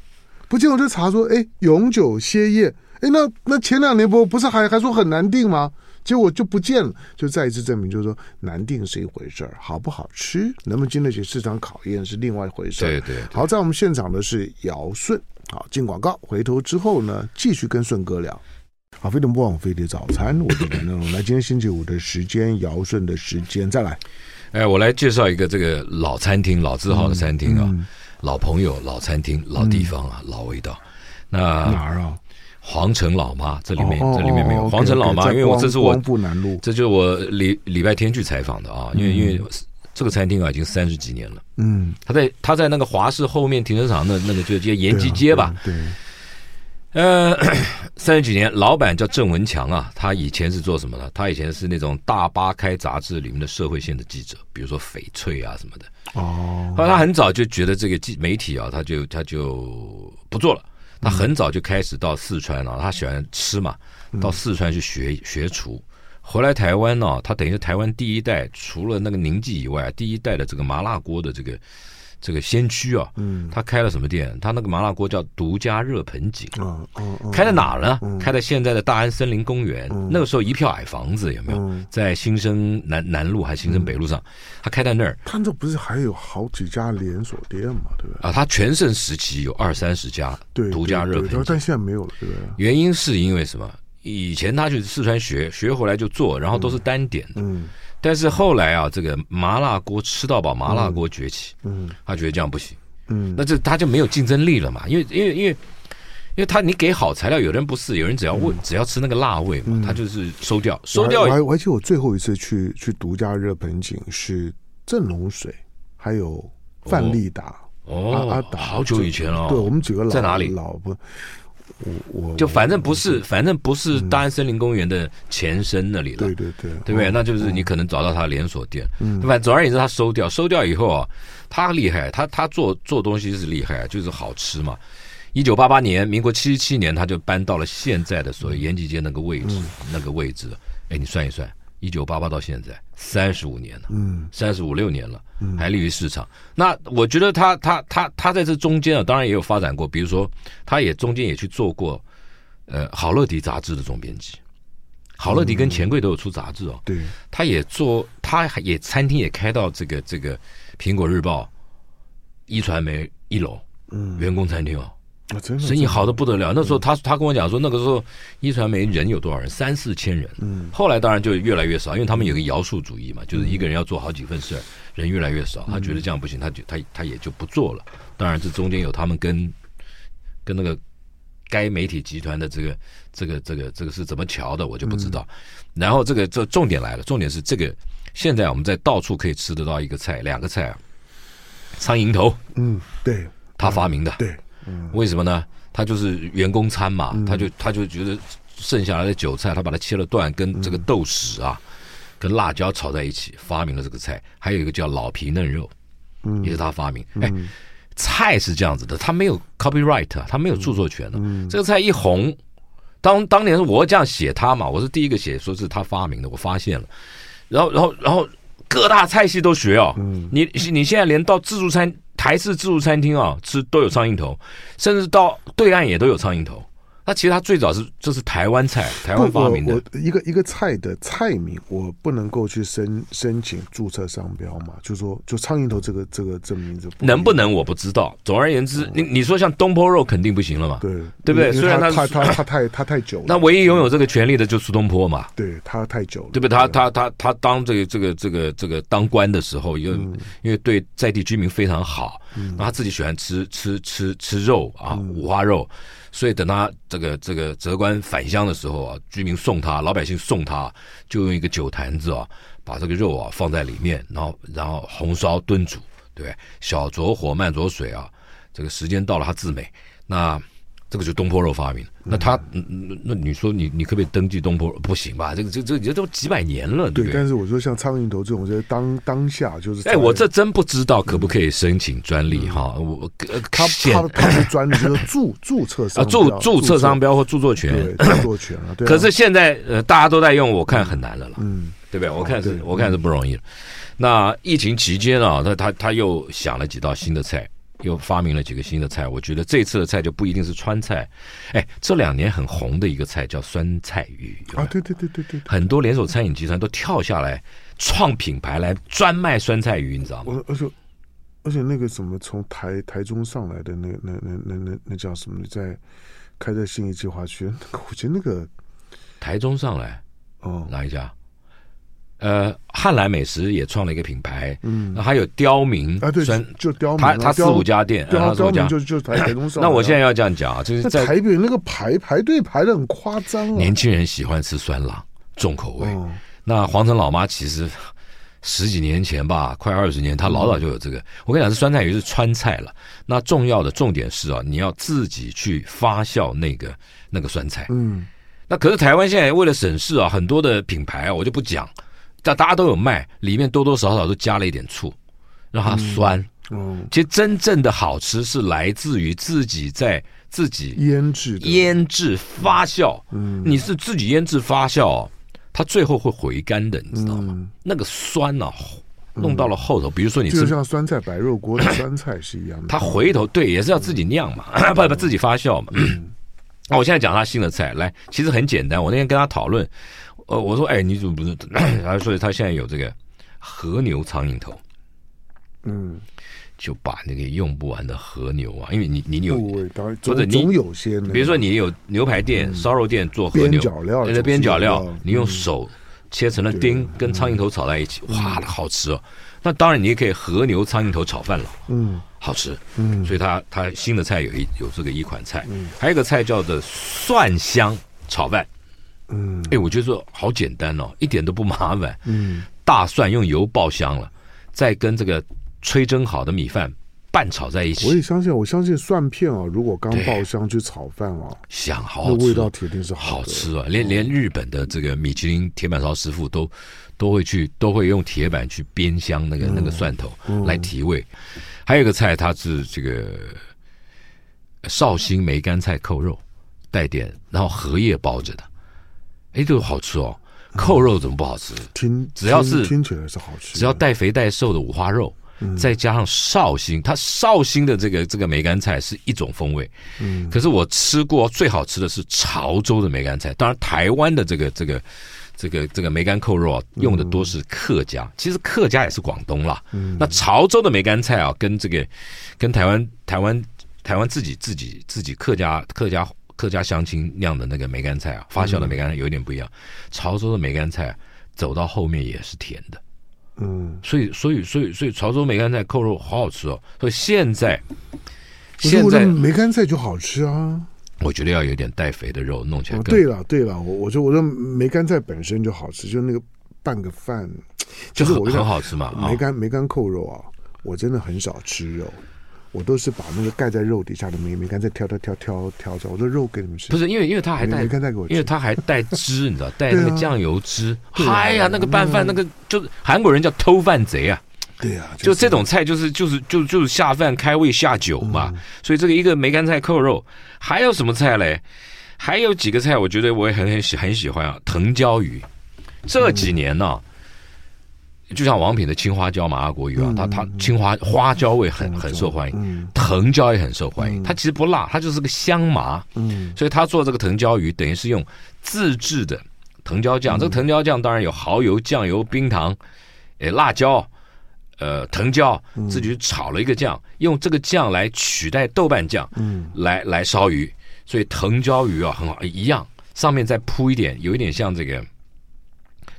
[SPEAKER 1] 不见我就查说哎，永久歇业，哎，那那前两年不不是还还说很难定吗？结果就不见了，就再一次证明，就是说难定是一回事儿，好不好吃，能不能经得起市场考验是另外一回事儿。
[SPEAKER 2] 对对对
[SPEAKER 1] 好，在我们现场的是尧舜。好，进广告，回头之后呢，继续跟舜哥聊。好，非常不枉费的早餐，我是梁正龙。来，今天星期五的时间，尧舜的时间，再来。
[SPEAKER 2] 哎，我来介绍一个这个老餐厅、老字号的餐厅
[SPEAKER 1] 嗯
[SPEAKER 2] 啊，老朋友、老餐厅、老地方啊，老味道。那
[SPEAKER 1] 哪儿啊？
[SPEAKER 2] 皇城老妈这里面
[SPEAKER 1] 哦
[SPEAKER 2] 这里面没
[SPEAKER 1] 哦
[SPEAKER 2] 有
[SPEAKER 1] ，OK，
[SPEAKER 2] 皇城老
[SPEAKER 1] OK，
[SPEAKER 2] 妈，
[SPEAKER 1] 在
[SPEAKER 2] 因为我
[SPEAKER 1] 光
[SPEAKER 2] 这是我
[SPEAKER 1] 光复南路。
[SPEAKER 2] 这就是我礼礼拜天去采访的啊，因为因为这个餐厅啊已经三十几年了，
[SPEAKER 1] 嗯，
[SPEAKER 2] 他在他在那个华氏后面停车场的那个就叫延吉街吧，
[SPEAKER 1] 对啊。
[SPEAKER 2] 呃， 三十几年，老板叫郑文强啊，他以前是做什么呢？他以前是那种大巴开杂志里面的社会线的记者，比如说翡翠啊什么的。
[SPEAKER 1] 对哦，
[SPEAKER 2] 后来他很早就觉得这个记媒体啊，他就他就不做了。他很早就开始到四川啊，他喜欢吃嘛，到四川去学学厨。回来台湾呢、他等于是台湾第一代，除了那个宁记以外，第一代的这个麻辣锅的这个这个先驱啊。
[SPEAKER 1] 嗯，
[SPEAKER 2] 他开了什么店？他那个麻辣锅叫独家热盆景，
[SPEAKER 1] 嗯嗯嗯，
[SPEAKER 2] 开在哪儿呢？开在现在的大安森林公园。那个时候一票矮房子有没有？
[SPEAKER 1] 嗯，
[SPEAKER 2] 在新生南南路还是新生北路上，他开在那儿。
[SPEAKER 1] 他这不是还有好几家连锁店嘛，对不对？
[SPEAKER 2] 啊，它全盛时期有二三十家
[SPEAKER 1] 对，
[SPEAKER 2] 啊独家热
[SPEAKER 1] 对对
[SPEAKER 2] 盆
[SPEAKER 1] 但
[SPEAKER 2] 景，
[SPEAKER 1] 现在没有了，对不对？
[SPEAKER 2] 原因是因为什么？以前他去四川学，学回来就做，然后都是单点的。
[SPEAKER 1] 嗯
[SPEAKER 2] 但是后来啊，这个麻辣锅吃到饱，麻辣锅崛起，
[SPEAKER 1] 嗯
[SPEAKER 2] 他觉得这样不行，
[SPEAKER 1] 嗯，
[SPEAKER 2] 那这他就没有竞争力了嘛。因为因为因为因为他你给好材料，有人不是，有人只要
[SPEAKER 1] 嗯
[SPEAKER 2] 味，只要吃那个辣味嘛，他就是收掉，收掉
[SPEAKER 1] 我还我还我还记得我最后一次去去独家热盆景是镇龙水，还有范丽达、
[SPEAKER 2] 哦
[SPEAKER 1] 阿阿达，
[SPEAKER 2] 好久以前了、
[SPEAKER 1] 啊
[SPEAKER 2] 哦
[SPEAKER 1] 对我们几个老
[SPEAKER 2] 在哪里
[SPEAKER 1] 老不，我我
[SPEAKER 2] 就反正不是，反正不是大安森林公园的前身那里了
[SPEAKER 1] 嗯对，对对，
[SPEAKER 2] 对不对？
[SPEAKER 1] 嗯
[SPEAKER 2] 那就是你可能找到他的连锁店，嗯，反正总而言之，他收掉，收掉以后啊，他厉害，他他做做东西是厉害，啊就是好吃嘛。一九八八年，民国七十七年，他就搬到了现在的
[SPEAKER 1] 嗯
[SPEAKER 2] 所谓延吉街那个位置，那个位置。哎，你算一算，一九八八到现在三十五年了，
[SPEAKER 1] 嗯，
[SPEAKER 2] 三十五六年了，还立于市场。那我觉得他他他他在这中间啊，当然也有发展过，比如说他也中间也去做过，呃，好乐迪杂志的总编辑。好乐迪跟钱柜都有出杂志哦，
[SPEAKER 1] 对，
[SPEAKER 2] 他也做，他还也餐厅也开到这个这个苹果日报一传媒一楼
[SPEAKER 1] 嗯，
[SPEAKER 2] 员工餐厅哦，
[SPEAKER 1] 啊真的
[SPEAKER 2] 生意好的不得了。那时候他他跟我讲说，那个时候一传媒人有多少人？三四千人。
[SPEAKER 1] 嗯，
[SPEAKER 2] 后来当然就越来越少，因为他们有个摇数主义嘛，就是一个人要做好几份事儿，人越来越少，他觉得这样不行，他就他他也就不做了。当然，这中间有他们跟跟那个该媒体集团的这个这个这个这个是怎么瞧的，我就不知道。然后这个这重点来了，重点是这个现在我们在到处可以吃得到一个菜，两个菜啊，苍蝇头
[SPEAKER 1] 嗯，对
[SPEAKER 2] 他发明的，
[SPEAKER 1] 对，
[SPEAKER 2] 为什么呢？他就是员工餐嘛，他就他就觉得剩下来的韭菜，他把它切了段，跟这个豆豉啊，跟辣椒炒在一起，发明了这个菜。还有一个叫老皮嫩肉，
[SPEAKER 1] 嗯
[SPEAKER 2] 也是他发明。哎，菜是这样子的，他没有 copyright，啊他没有著作权的、
[SPEAKER 1] 嗯
[SPEAKER 2] 这个菜一红，当当年是我这样写他嘛，我是第一个写说是他发明的，我发现了。然后，然后，然后各大菜系都学哦。
[SPEAKER 1] 嗯
[SPEAKER 2] 你你现在连到自助餐台式自助餐厅啊、吃都有苍蝇头，甚至到对岸也都有苍蝇头。那其实它最早是这是台湾菜，哎台湾
[SPEAKER 1] 不
[SPEAKER 2] 发
[SPEAKER 1] 我
[SPEAKER 2] 明的
[SPEAKER 1] 我。一个一个菜的菜名，我不能够去申申请注册商标嘛，就说就苍蝇头这个这个这名字
[SPEAKER 2] 能不能我不知道。总而言之，你你说像东坡肉肯定不行了嘛。
[SPEAKER 1] 嗯对
[SPEAKER 2] 对不对
[SPEAKER 1] 因为
[SPEAKER 2] 虽然
[SPEAKER 1] 他
[SPEAKER 2] 它
[SPEAKER 1] 他
[SPEAKER 2] 是
[SPEAKER 1] 他他太他太久了，
[SPEAKER 2] 那唯一拥有这个权利的就苏东坡嘛。
[SPEAKER 1] 对他太久了，
[SPEAKER 2] 对不对？他他他他当这个这个这个这个当官的时候，因为、因为对在地居民非常好，然后他自己喜欢吃吃吃吃肉啊，五花肉，所以等他这个这个谪官返乡的时候啊，居民送他，老百姓送他，就用一个酒坛子啊，把这个肉啊放在里面，然后然后红烧炖煮，对不对？小着火慢着水啊，这个时间到了它自美。那这个就是东坡肉发明的。那他，嗯嗯那你说你你可不可以登记东坡？不行吧？这个这这这都几百年了，对
[SPEAKER 1] 对
[SPEAKER 2] 不对
[SPEAKER 1] 但？是我说像苍蝇头这种，我觉得当当下就是
[SPEAKER 2] 哎，我这真不知道可不可以申请专利哈？我呃
[SPEAKER 1] 他
[SPEAKER 2] 显
[SPEAKER 1] 他他是专利，就是注 注册
[SPEAKER 2] 啊
[SPEAKER 1] 商
[SPEAKER 2] 注
[SPEAKER 1] 标
[SPEAKER 2] 注册商
[SPEAKER 1] 标
[SPEAKER 2] 标或著作权
[SPEAKER 1] 对，著作权啊，对啊，
[SPEAKER 2] 可是现在呃，大家都在用，我看很难了啦，
[SPEAKER 1] 嗯
[SPEAKER 2] 对不对？我看
[SPEAKER 1] 对
[SPEAKER 2] 是，我看是不容易了。那疫情期间啊，他他他又想了几道新的菜，又发明了几个新的菜。我觉得这次的菜就不一定是川菜，哎，这两年很红的一个菜叫酸菜鱼，有没有
[SPEAKER 1] 啊，对对对对对，对
[SPEAKER 2] 很多连锁餐饮集团都跳下来创品牌来专卖酸菜鱼，你知道吗？
[SPEAKER 1] 我而且而且那个什么从台台中上来的那个那那那那那叫什么，在开在新义计划区， 那个我觉得那个
[SPEAKER 2] 台中上来
[SPEAKER 1] 哦，
[SPEAKER 2] 哪一家？呃，汉来美食也创了一个品牌，
[SPEAKER 1] 嗯
[SPEAKER 2] 那还有刁民
[SPEAKER 1] 啊对
[SPEAKER 2] 酸，，
[SPEAKER 1] 就刁民啊，
[SPEAKER 2] 他他四
[SPEAKER 1] 刁
[SPEAKER 2] 五，家店，
[SPEAKER 1] 刁
[SPEAKER 2] 啊他四
[SPEAKER 1] 刁
[SPEAKER 2] 五
[SPEAKER 1] 民
[SPEAKER 2] 家。
[SPEAKER 1] 就就台台中上来啊，
[SPEAKER 2] 那我现在要这样讲啊，就是
[SPEAKER 1] 那
[SPEAKER 2] 在
[SPEAKER 1] 台北那个排排队排的很夸张啊，
[SPEAKER 2] 年轻人喜欢吃酸辣重口味。
[SPEAKER 1] 哦
[SPEAKER 2] 那黄城老妈其实十几年前吧，快二十年，她
[SPEAKER 1] 嗯
[SPEAKER 2] 老早就有这个。我跟你讲，这酸菜鱼是川菜了。那重要的重点是啊，你要自己去发酵那个那个酸菜。
[SPEAKER 1] 嗯
[SPEAKER 2] 那可是台湾现在为了省事啊，很多的品牌啊，我就不讲，但大家都有卖，里面多多少少都加了一点醋，
[SPEAKER 1] 嗯
[SPEAKER 2] 让它酸。
[SPEAKER 1] 哦，
[SPEAKER 2] 其实真正的好吃是来自于自己在自己
[SPEAKER 1] 腌制的
[SPEAKER 2] 腌制发酵，你是自己腌制发酵哦，它最后会回甘的，你知道吗？那个酸呢、弄到了后头，比如说你
[SPEAKER 1] 就
[SPEAKER 2] 吃，
[SPEAKER 1] 像酸菜白肉锅的酸菜是一样的。
[SPEAKER 2] 它回头对也是要自己酿嘛， 不不自己发酵嘛。 哦那我现在讲他新的菜，来，其实很简单。我那天跟他讨论，呃，我说，哎，你怎么不是？ 他说他现在有这个和牛苍蝇头，
[SPEAKER 1] 嗯，
[SPEAKER 2] 就把那个用不完的和牛啊，因为你你你有
[SPEAKER 1] 部位当然总
[SPEAKER 2] 或者你
[SPEAKER 1] 总有些呢，
[SPEAKER 2] 比如说你有牛排店、烧肉店做和牛
[SPEAKER 1] 嗯边角料啊
[SPEAKER 2] 对边角料
[SPEAKER 1] 总是有，
[SPEAKER 2] 你用手切成了丁，跟苍
[SPEAKER 1] 嗯
[SPEAKER 2] 蝇头炒在一起，哇，那好吃哦！那当然，你也可以和牛苍蝇头炒饭了，
[SPEAKER 1] 嗯
[SPEAKER 2] 好吃。
[SPEAKER 1] 嗯
[SPEAKER 2] 所以它它新的菜有一有这个一款菜，还有一个菜叫做蒜香炒饭。
[SPEAKER 1] 嗯
[SPEAKER 2] 哎，我觉得说好简单哦，一点都不麻烦。
[SPEAKER 1] 嗯
[SPEAKER 2] 大蒜用油爆香了，再跟这个吹蒸好的米饭拌炒在一
[SPEAKER 1] 我也
[SPEAKER 2] 起，
[SPEAKER 1] 相信，我相信蒜片啊，如果刚
[SPEAKER 2] 对
[SPEAKER 1] 爆香去炒饭啊，
[SPEAKER 2] 香好
[SPEAKER 1] 那
[SPEAKER 2] 好
[SPEAKER 1] 味
[SPEAKER 2] 吃
[SPEAKER 1] 道
[SPEAKER 2] 哦，
[SPEAKER 1] 铁定是
[SPEAKER 2] 好
[SPEAKER 1] 的。
[SPEAKER 2] 吃啊！连连日本的这个米其林铁板烧师傅都都会去，都会用铁板去煸香那个那个蒜头来提味。还有一个菜，它是这个绍兴梅干菜扣肉，带点然后荷叶包着的，哎，这个好吃哦！扣肉怎么不好吃？
[SPEAKER 1] 听
[SPEAKER 2] 只要
[SPEAKER 1] 听
[SPEAKER 2] 是
[SPEAKER 1] 听起来是好吃的，
[SPEAKER 2] 只要带肥带瘦的五花肉，再加上绍兴，它绍兴的这个这个梅干菜是一种风味。嗯，可是我吃过最好吃的是潮州的梅干菜，当然台湾的这个这个这个这个梅干扣肉啊，用的多是客家，其实客家也是广东啦。嗯，那潮州的梅干菜啊，跟这个跟台湾台湾台湾自己自己自己客家客家。客家乡亲酿的那个梅干菜啊，发酵的梅干菜有一点不一样。潮州的梅干菜、啊、走到后面也是甜的，
[SPEAKER 1] 嗯，
[SPEAKER 2] 所以，所以，所以，所以潮州梅干菜扣肉好好吃哦。所以现在，
[SPEAKER 1] 不是
[SPEAKER 2] 现
[SPEAKER 1] 我的
[SPEAKER 2] 在
[SPEAKER 1] 梅干菜就好吃啊。
[SPEAKER 2] 我觉得要有点带肥的肉，弄起来
[SPEAKER 1] 哦，
[SPEAKER 2] 更
[SPEAKER 1] 对了对了，我我觉得我的梅干菜本身就好吃，就那个拌个饭，就
[SPEAKER 2] 就
[SPEAKER 1] 是
[SPEAKER 2] 很
[SPEAKER 1] 我
[SPEAKER 2] 很
[SPEAKER 1] 想
[SPEAKER 2] 好吃嘛啊
[SPEAKER 1] 梅！干梅干扣肉啊，我真的很少吃肉，我都是把那个盖在肉底下的梅梅干菜挑挑挑挑挑出来，我说肉给你们吃，
[SPEAKER 2] 不是因为因为它还
[SPEAKER 1] 梅
[SPEAKER 2] 带，
[SPEAKER 1] 梅干菜给我
[SPEAKER 2] 因为
[SPEAKER 1] 吃，
[SPEAKER 2] 它还带汁，你知道，带那
[SPEAKER 1] 对
[SPEAKER 2] 个
[SPEAKER 1] 啊
[SPEAKER 2] 酱油汁。
[SPEAKER 1] 对啊
[SPEAKER 2] 嗨呀，那个拌饭，那个就是韩国人叫偷饭贼啊！
[SPEAKER 1] 对呀、啊，
[SPEAKER 2] 就这种嗯菜就是就是就就是下饭开胃下酒嘛。所以这个一个梅干菜扣肉，还有什么菜嘞？还有几个菜，我觉得我也很很喜很喜欢啊，藤椒鱼。这几年呢、就像王品的青花椒麻辣锅鱼啊，它它青花花椒味嗯很很受欢迎，
[SPEAKER 1] 嗯
[SPEAKER 2] 藤椒也很受欢迎。它其实不辣，它就是个香麻。
[SPEAKER 1] 嗯
[SPEAKER 2] 所以他做这个藤椒鱼，等于是用自制的藤椒酱。这个藤椒酱当然有蚝油、酱油、冰糖，诶，辣椒，呃，藤椒，自己去炒了一个酱，用这个酱来取代豆瓣酱
[SPEAKER 1] 嗯，
[SPEAKER 2] 来来烧鱼。所以藤椒鱼啊，很好，一样，上面再铺一点，有一点像这个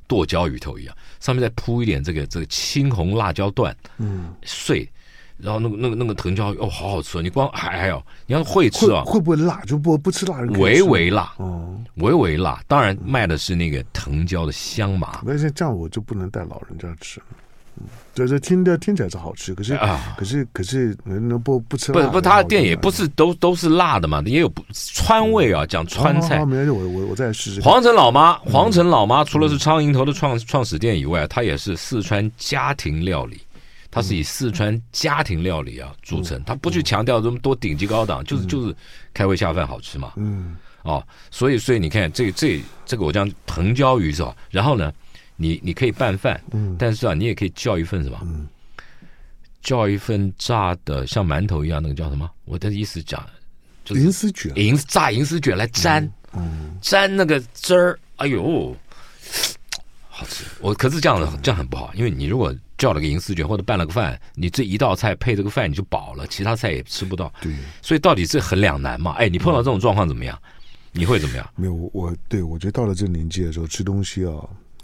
[SPEAKER 2] 剁椒鱼头一样，上面再铺一点这个这个青红辣椒段，
[SPEAKER 1] 嗯，
[SPEAKER 2] 碎。然后那个那个那个藤椒鱼哦，好好吃哦！你光还还有，你要会吃
[SPEAKER 1] 会
[SPEAKER 2] 啊，
[SPEAKER 1] 会不会辣？就不不吃辣人可以
[SPEAKER 2] 微
[SPEAKER 1] 吃
[SPEAKER 2] 微辣，
[SPEAKER 1] 哦，
[SPEAKER 2] 微微辣，当然卖的是那个藤椒的香麻
[SPEAKER 1] 那像这样我就不能带老人家吃了。嗯，就是听着听起来是好吃，可是、
[SPEAKER 2] 啊。
[SPEAKER 1] 可是可是那不不吃辣
[SPEAKER 2] 不
[SPEAKER 1] 的话，
[SPEAKER 2] 不，他的
[SPEAKER 1] 我
[SPEAKER 2] 店
[SPEAKER 1] 就
[SPEAKER 2] 也
[SPEAKER 1] 懒
[SPEAKER 2] 不是都都是辣的嘛，也有不川味啊，讲川
[SPEAKER 1] 好好
[SPEAKER 2] 菜
[SPEAKER 1] 哦好。没关系，我我我再试试看。
[SPEAKER 2] 皇城老妈，皇城老妈除了是苍蝇头的创创始店以外，它也是四川家庭料理，它是以四川家庭料理啊著称，它不去强调这么多顶级高档，就是就是开胃下饭好吃嘛。
[SPEAKER 1] 嗯
[SPEAKER 2] 哦，所以所以你看，这这这个我讲藤椒鱼是吧？然后呢，你你可以拌饭，
[SPEAKER 1] 嗯
[SPEAKER 2] 但是啊，你也可以叫一份什么？
[SPEAKER 1] 嗯
[SPEAKER 2] 叫一份炸的像馒头一样，那个叫什么？我的意思讲，就是
[SPEAKER 1] 银丝卷，
[SPEAKER 2] 银炸银丝卷来沾、
[SPEAKER 1] 嗯，
[SPEAKER 2] 沾那个汁儿，哎呦，好吃！我可是这样的这样很不好，因为你如果叫了个银丝卷或者拌了个饭，你这一道菜配这个饭你就饱了，其他菜也吃不到，
[SPEAKER 1] 对，
[SPEAKER 2] 所以到底是很两难嘛？哎，你碰到这种状况怎么样？你会怎么样？
[SPEAKER 1] 没有我我对我觉得到了这年纪的时候，吃东西啊，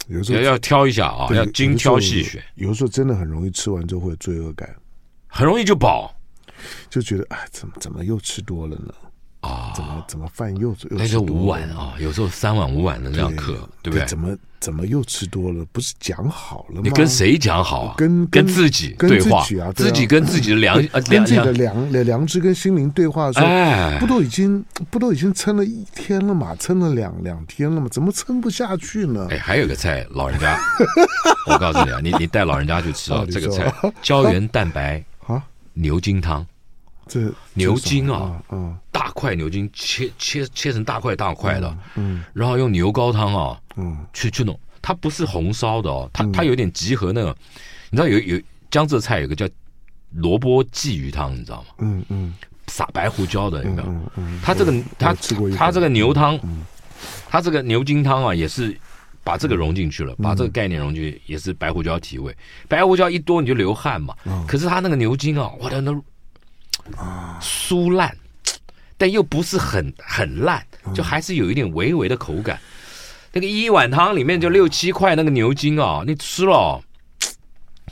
[SPEAKER 1] 有的时
[SPEAKER 2] 要
[SPEAKER 1] 候
[SPEAKER 2] 要挑一下啊，
[SPEAKER 1] 对
[SPEAKER 2] 要精挑细
[SPEAKER 1] 有的时
[SPEAKER 2] 选
[SPEAKER 1] 候，有的时候真的很容易吃完之后会有罪恶感，
[SPEAKER 2] 很容易就饱
[SPEAKER 1] 就觉得哎，怎么怎么又吃多了呢？
[SPEAKER 2] 啊。
[SPEAKER 1] 怎么怎么饭又又
[SPEAKER 2] 那
[SPEAKER 1] 吃
[SPEAKER 2] 就
[SPEAKER 1] 多了
[SPEAKER 2] 五碗啊，有时候三碗五碗的这样客，对不对？
[SPEAKER 1] 怎么怎么又吃多了？不是讲好了吗？
[SPEAKER 2] 你跟？谁讲好啊？
[SPEAKER 1] 跟
[SPEAKER 2] 跟
[SPEAKER 1] 跟
[SPEAKER 2] 自己
[SPEAKER 1] 跟
[SPEAKER 2] 对
[SPEAKER 1] 自
[SPEAKER 2] 话
[SPEAKER 1] 己啊，对啊
[SPEAKER 2] 自己跟自己的良呃
[SPEAKER 1] 跟
[SPEAKER 2] 良
[SPEAKER 1] 自己的
[SPEAKER 2] 良，
[SPEAKER 1] 良良良知跟心灵对话的时候，
[SPEAKER 2] 哎
[SPEAKER 1] 不，都已经不都已经撑了一天了嘛，撑了两两天了嘛，怎么撑不下去呢？
[SPEAKER 2] 哎，还有个菜，老人 家，我告诉你啊，你你带老人家去吃啊
[SPEAKER 1] 哦，你
[SPEAKER 2] 这个
[SPEAKER 1] 说
[SPEAKER 2] 菜胶原蛋白
[SPEAKER 1] 啊，
[SPEAKER 2] 牛筋汤，
[SPEAKER 1] 这
[SPEAKER 2] 牛筋啊，
[SPEAKER 1] 啊，嗯
[SPEAKER 2] 大块牛筋切切切成大块大块的，
[SPEAKER 1] 嗯
[SPEAKER 2] 然后用牛高汤啊
[SPEAKER 1] 嗯
[SPEAKER 2] 去去弄，它不是红烧的哦，它它有点集合那个，你知道有有江浙菜有个叫萝卜鲫鱼汤，你知道吗？
[SPEAKER 1] 嗯嗯
[SPEAKER 2] 撒白胡椒的有没有？
[SPEAKER 1] 嗯嗯，
[SPEAKER 2] 它这个它
[SPEAKER 1] 吃过一
[SPEAKER 2] 它
[SPEAKER 1] 口
[SPEAKER 2] 这个牛汤
[SPEAKER 1] 嗯，
[SPEAKER 2] 它这个牛筋汤啊，也是把这个融进去了，
[SPEAKER 1] 嗯
[SPEAKER 2] 把这个概念融进去，也是白胡椒提味。白胡椒一多你就流汗嘛，
[SPEAKER 1] 嗯
[SPEAKER 2] 可是它那个牛筋啊，我的那
[SPEAKER 1] 啊
[SPEAKER 2] 酥烂，但又不是很很烂，
[SPEAKER 1] 嗯
[SPEAKER 2] 就还是有一点微微的口感。那个一碗汤里面
[SPEAKER 1] 嗯
[SPEAKER 2] 就六七块那个牛筋啊，你吃了哦，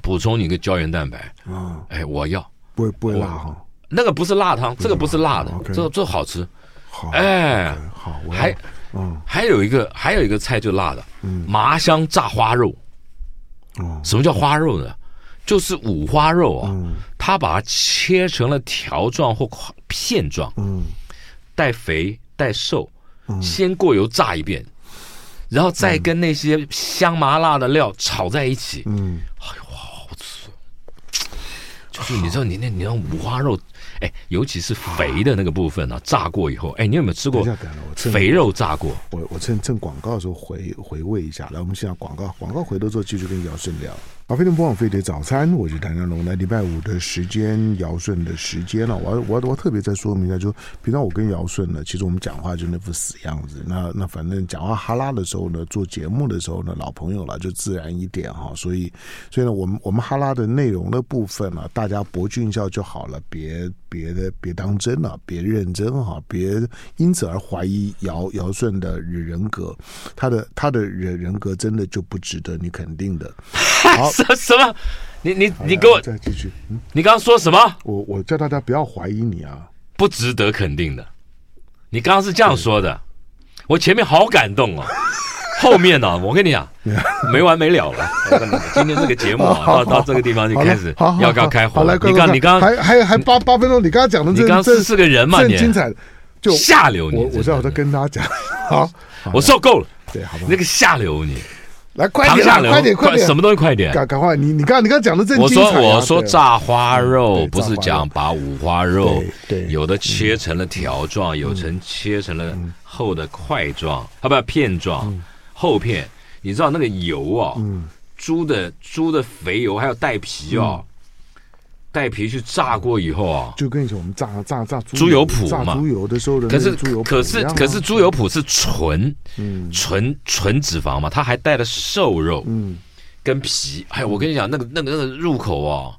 [SPEAKER 2] 补充你一个胶原蛋白。
[SPEAKER 1] 啊，
[SPEAKER 2] 哎，我要
[SPEAKER 1] 不会不会辣哈，
[SPEAKER 2] 那个不是辣汤，这个不是辣的
[SPEAKER 1] 不是，辣
[SPEAKER 2] 这个
[SPEAKER 1] OK 哦
[SPEAKER 2] 这个好吃。
[SPEAKER 1] 好，
[SPEAKER 2] 哎，
[SPEAKER 1] 好，我要
[SPEAKER 2] 还
[SPEAKER 1] 嗯
[SPEAKER 2] 还有一个还有一个菜就辣的，
[SPEAKER 1] 嗯
[SPEAKER 2] 麻香炸花肉。
[SPEAKER 1] 哦
[SPEAKER 2] 什么叫花肉呢？就是五花肉啊，
[SPEAKER 1] 嗯
[SPEAKER 2] 它把它切成了条状或块片状，
[SPEAKER 1] 嗯
[SPEAKER 2] 带肥带瘦，先过油炸一遍，然后再跟那些香麻辣的料炒在一起。哎
[SPEAKER 1] 嗯，
[SPEAKER 2] 就是你知道你那你那五花肉，哎，尤其是肥的那个部分啊，炸过以后，哎，你有没有吃
[SPEAKER 1] 等一
[SPEAKER 2] 过
[SPEAKER 1] 下，等一下，我趁
[SPEAKER 2] 肥肉炸过？
[SPEAKER 1] 我我趁趁广告的时候回回味一下，来，我们先讲广告，广告回头之后继续跟姚顺聊。好，非常不枉费的早餐，我是谭江龙。来，礼拜五的时间，姚顺的时间了、我要我要我要特别再说明一下，就平常我跟姚顺呢，其实我们讲话就那副死样子。那那反正讲话哈拉的时候呢，做节目的时候呢，老朋友了就自然一点哈。所以所以呢，我们我们哈拉的内容的部分呢、大家博君一笑就好了，别别的别当真了、别认真哈、别因此而怀疑尧尧舜的人格，他的他的人人格真的就不值得你肯定的。好
[SPEAKER 2] 什什么？你你你给我
[SPEAKER 1] 好，来再继续，嗯，
[SPEAKER 2] 你刚刚说什么？
[SPEAKER 1] 我我叫大家不要怀疑你啊，
[SPEAKER 2] 不值得肯定的。你刚刚是这样说的，我前面好感动哦，后面呢、我跟你讲，没完没了了。我跟你讲今天这个节目 啊，
[SPEAKER 1] 好
[SPEAKER 2] 到到这个地方就
[SPEAKER 1] 好
[SPEAKER 2] 开
[SPEAKER 1] 了
[SPEAKER 2] 始
[SPEAKER 1] 好好
[SPEAKER 2] 要
[SPEAKER 1] 好
[SPEAKER 2] 要开
[SPEAKER 1] 好
[SPEAKER 2] 火
[SPEAKER 1] 来
[SPEAKER 2] 了。
[SPEAKER 1] 快
[SPEAKER 2] 你
[SPEAKER 1] 快
[SPEAKER 2] 刚
[SPEAKER 1] 快
[SPEAKER 2] 你刚
[SPEAKER 1] 还还还八八分钟，你刚刚讲的
[SPEAKER 2] 你
[SPEAKER 1] 这
[SPEAKER 2] 刚
[SPEAKER 1] 这
[SPEAKER 2] 是是个人嘛
[SPEAKER 1] 正
[SPEAKER 2] 你？
[SPEAKER 1] 精彩，就
[SPEAKER 2] 下 流你！
[SPEAKER 1] 我我
[SPEAKER 2] 真
[SPEAKER 1] 知
[SPEAKER 2] 的
[SPEAKER 1] 道我在跟大家讲，好，好
[SPEAKER 2] 我受够了，
[SPEAKER 1] 对，好吧
[SPEAKER 2] 你，那个下流你，
[SPEAKER 1] 来快
[SPEAKER 2] 唐
[SPEAKER 1] 点
[SPEAKER 2] 下
[SPEAKER 1] 啦，
[SPEAKER 2] 流，
[SPEAKER 1] 快点快点
[SPEAKER 2] 什，么东西快点？
[SPEAKER 1] 赶赶快，你你刚你刚讲的正
[SPEAKER 2] 我
[SPEAKER 1] 精
[SPEAKER 2] 说
[SPEAKER 1] 彩啊
[SPEAKER 2] 我说
[SPEAKER 1] 对啊
[SPEAKER 2] 炸花肉
[SPEAKER 1] 对
[SPEAKER 2] 不是
[SPEAKER 1] 炸花
[SPEAKER 2] 讲把五花肉，
[SPEAKER 1] 对嗯对
[SPEAKER 2] 有的切成了条状，有成切成了厚的块状，
[SPEAKER 1] 嗯
[SPEAKER 2] 啊不片状，厚片。你知道那个油啊，
[SPEAKER 1] 嗯
[SPEAKER 2] 猪的猪的肥油还有带皮哦，
[SPEAKER 1] 嗯
[SPEAKER 2] 带皮去炸过以后啊，
[SPEAKER 1] 就跟以前我们炸炸炸
[SPEAKER 2] 猪油
[SPEAKER 1] 脯
[SPEAKER 2] 脯
[SPEAKER 1] 炸
[SPEAKER 2] 嘛
[SPEAKER 1] 猪油的时候的那
[SPEAKER 2] 可是
[SPEAKER 1] 个嗯猪油脯
[SPEAKER 2] 可
[SPEAKER 1] 一
[SPEAKER 2] 是
[SPEAKER 1] 样啊
[SPEAKER 2] 可是猪油脯是纯
[SPEAKER 1] 嗯
[SPEAKER 2] 纯纯脂肪嘛，它还带了瘦肉，
[SPEAKER 1] 嗯
[SPEAKER 2] 跟皮，哎，我跟你讲，那个那个那个入口哦，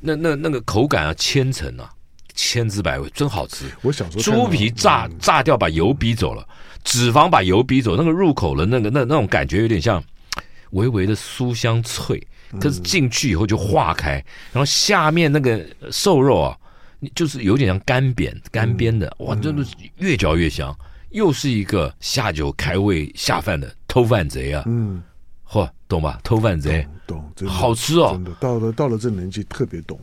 [SPEAKER 2] 那那那个口感啊，千层啊，千滋百味，真好吃。
[SPEAKER 1] 我小时候看到
[SPEAKER 2] 猪皮炸
[SPEAKER 1] 嗯
[SPEAKER 2] 炸掉，把油逼走了，脂肪把油逼走，那个入口的那个那那种感觉有点像微微的酥香脆，
[SPEAKER 1] 嗯
[SPEAKER 2] 可是进去以后就化开，然后下面那个瘦肉啊，你就是有点像干煸干煸的，
[SPEAKER 1] 嗯
[SPEAKER 2] 哇，真的是越嚼越香，又是一个下酒开胃下饭的偷饭贼啊，
[SPEAKER 1] 嗯
[SPEAKER 2] 嚯，懂吧？偷饭贼。
[SPEAKER 1] 懂真的
[SPEAKER 2] 好吃哦
[SPEAKER 1] 真的到了到了这年纪特别懂，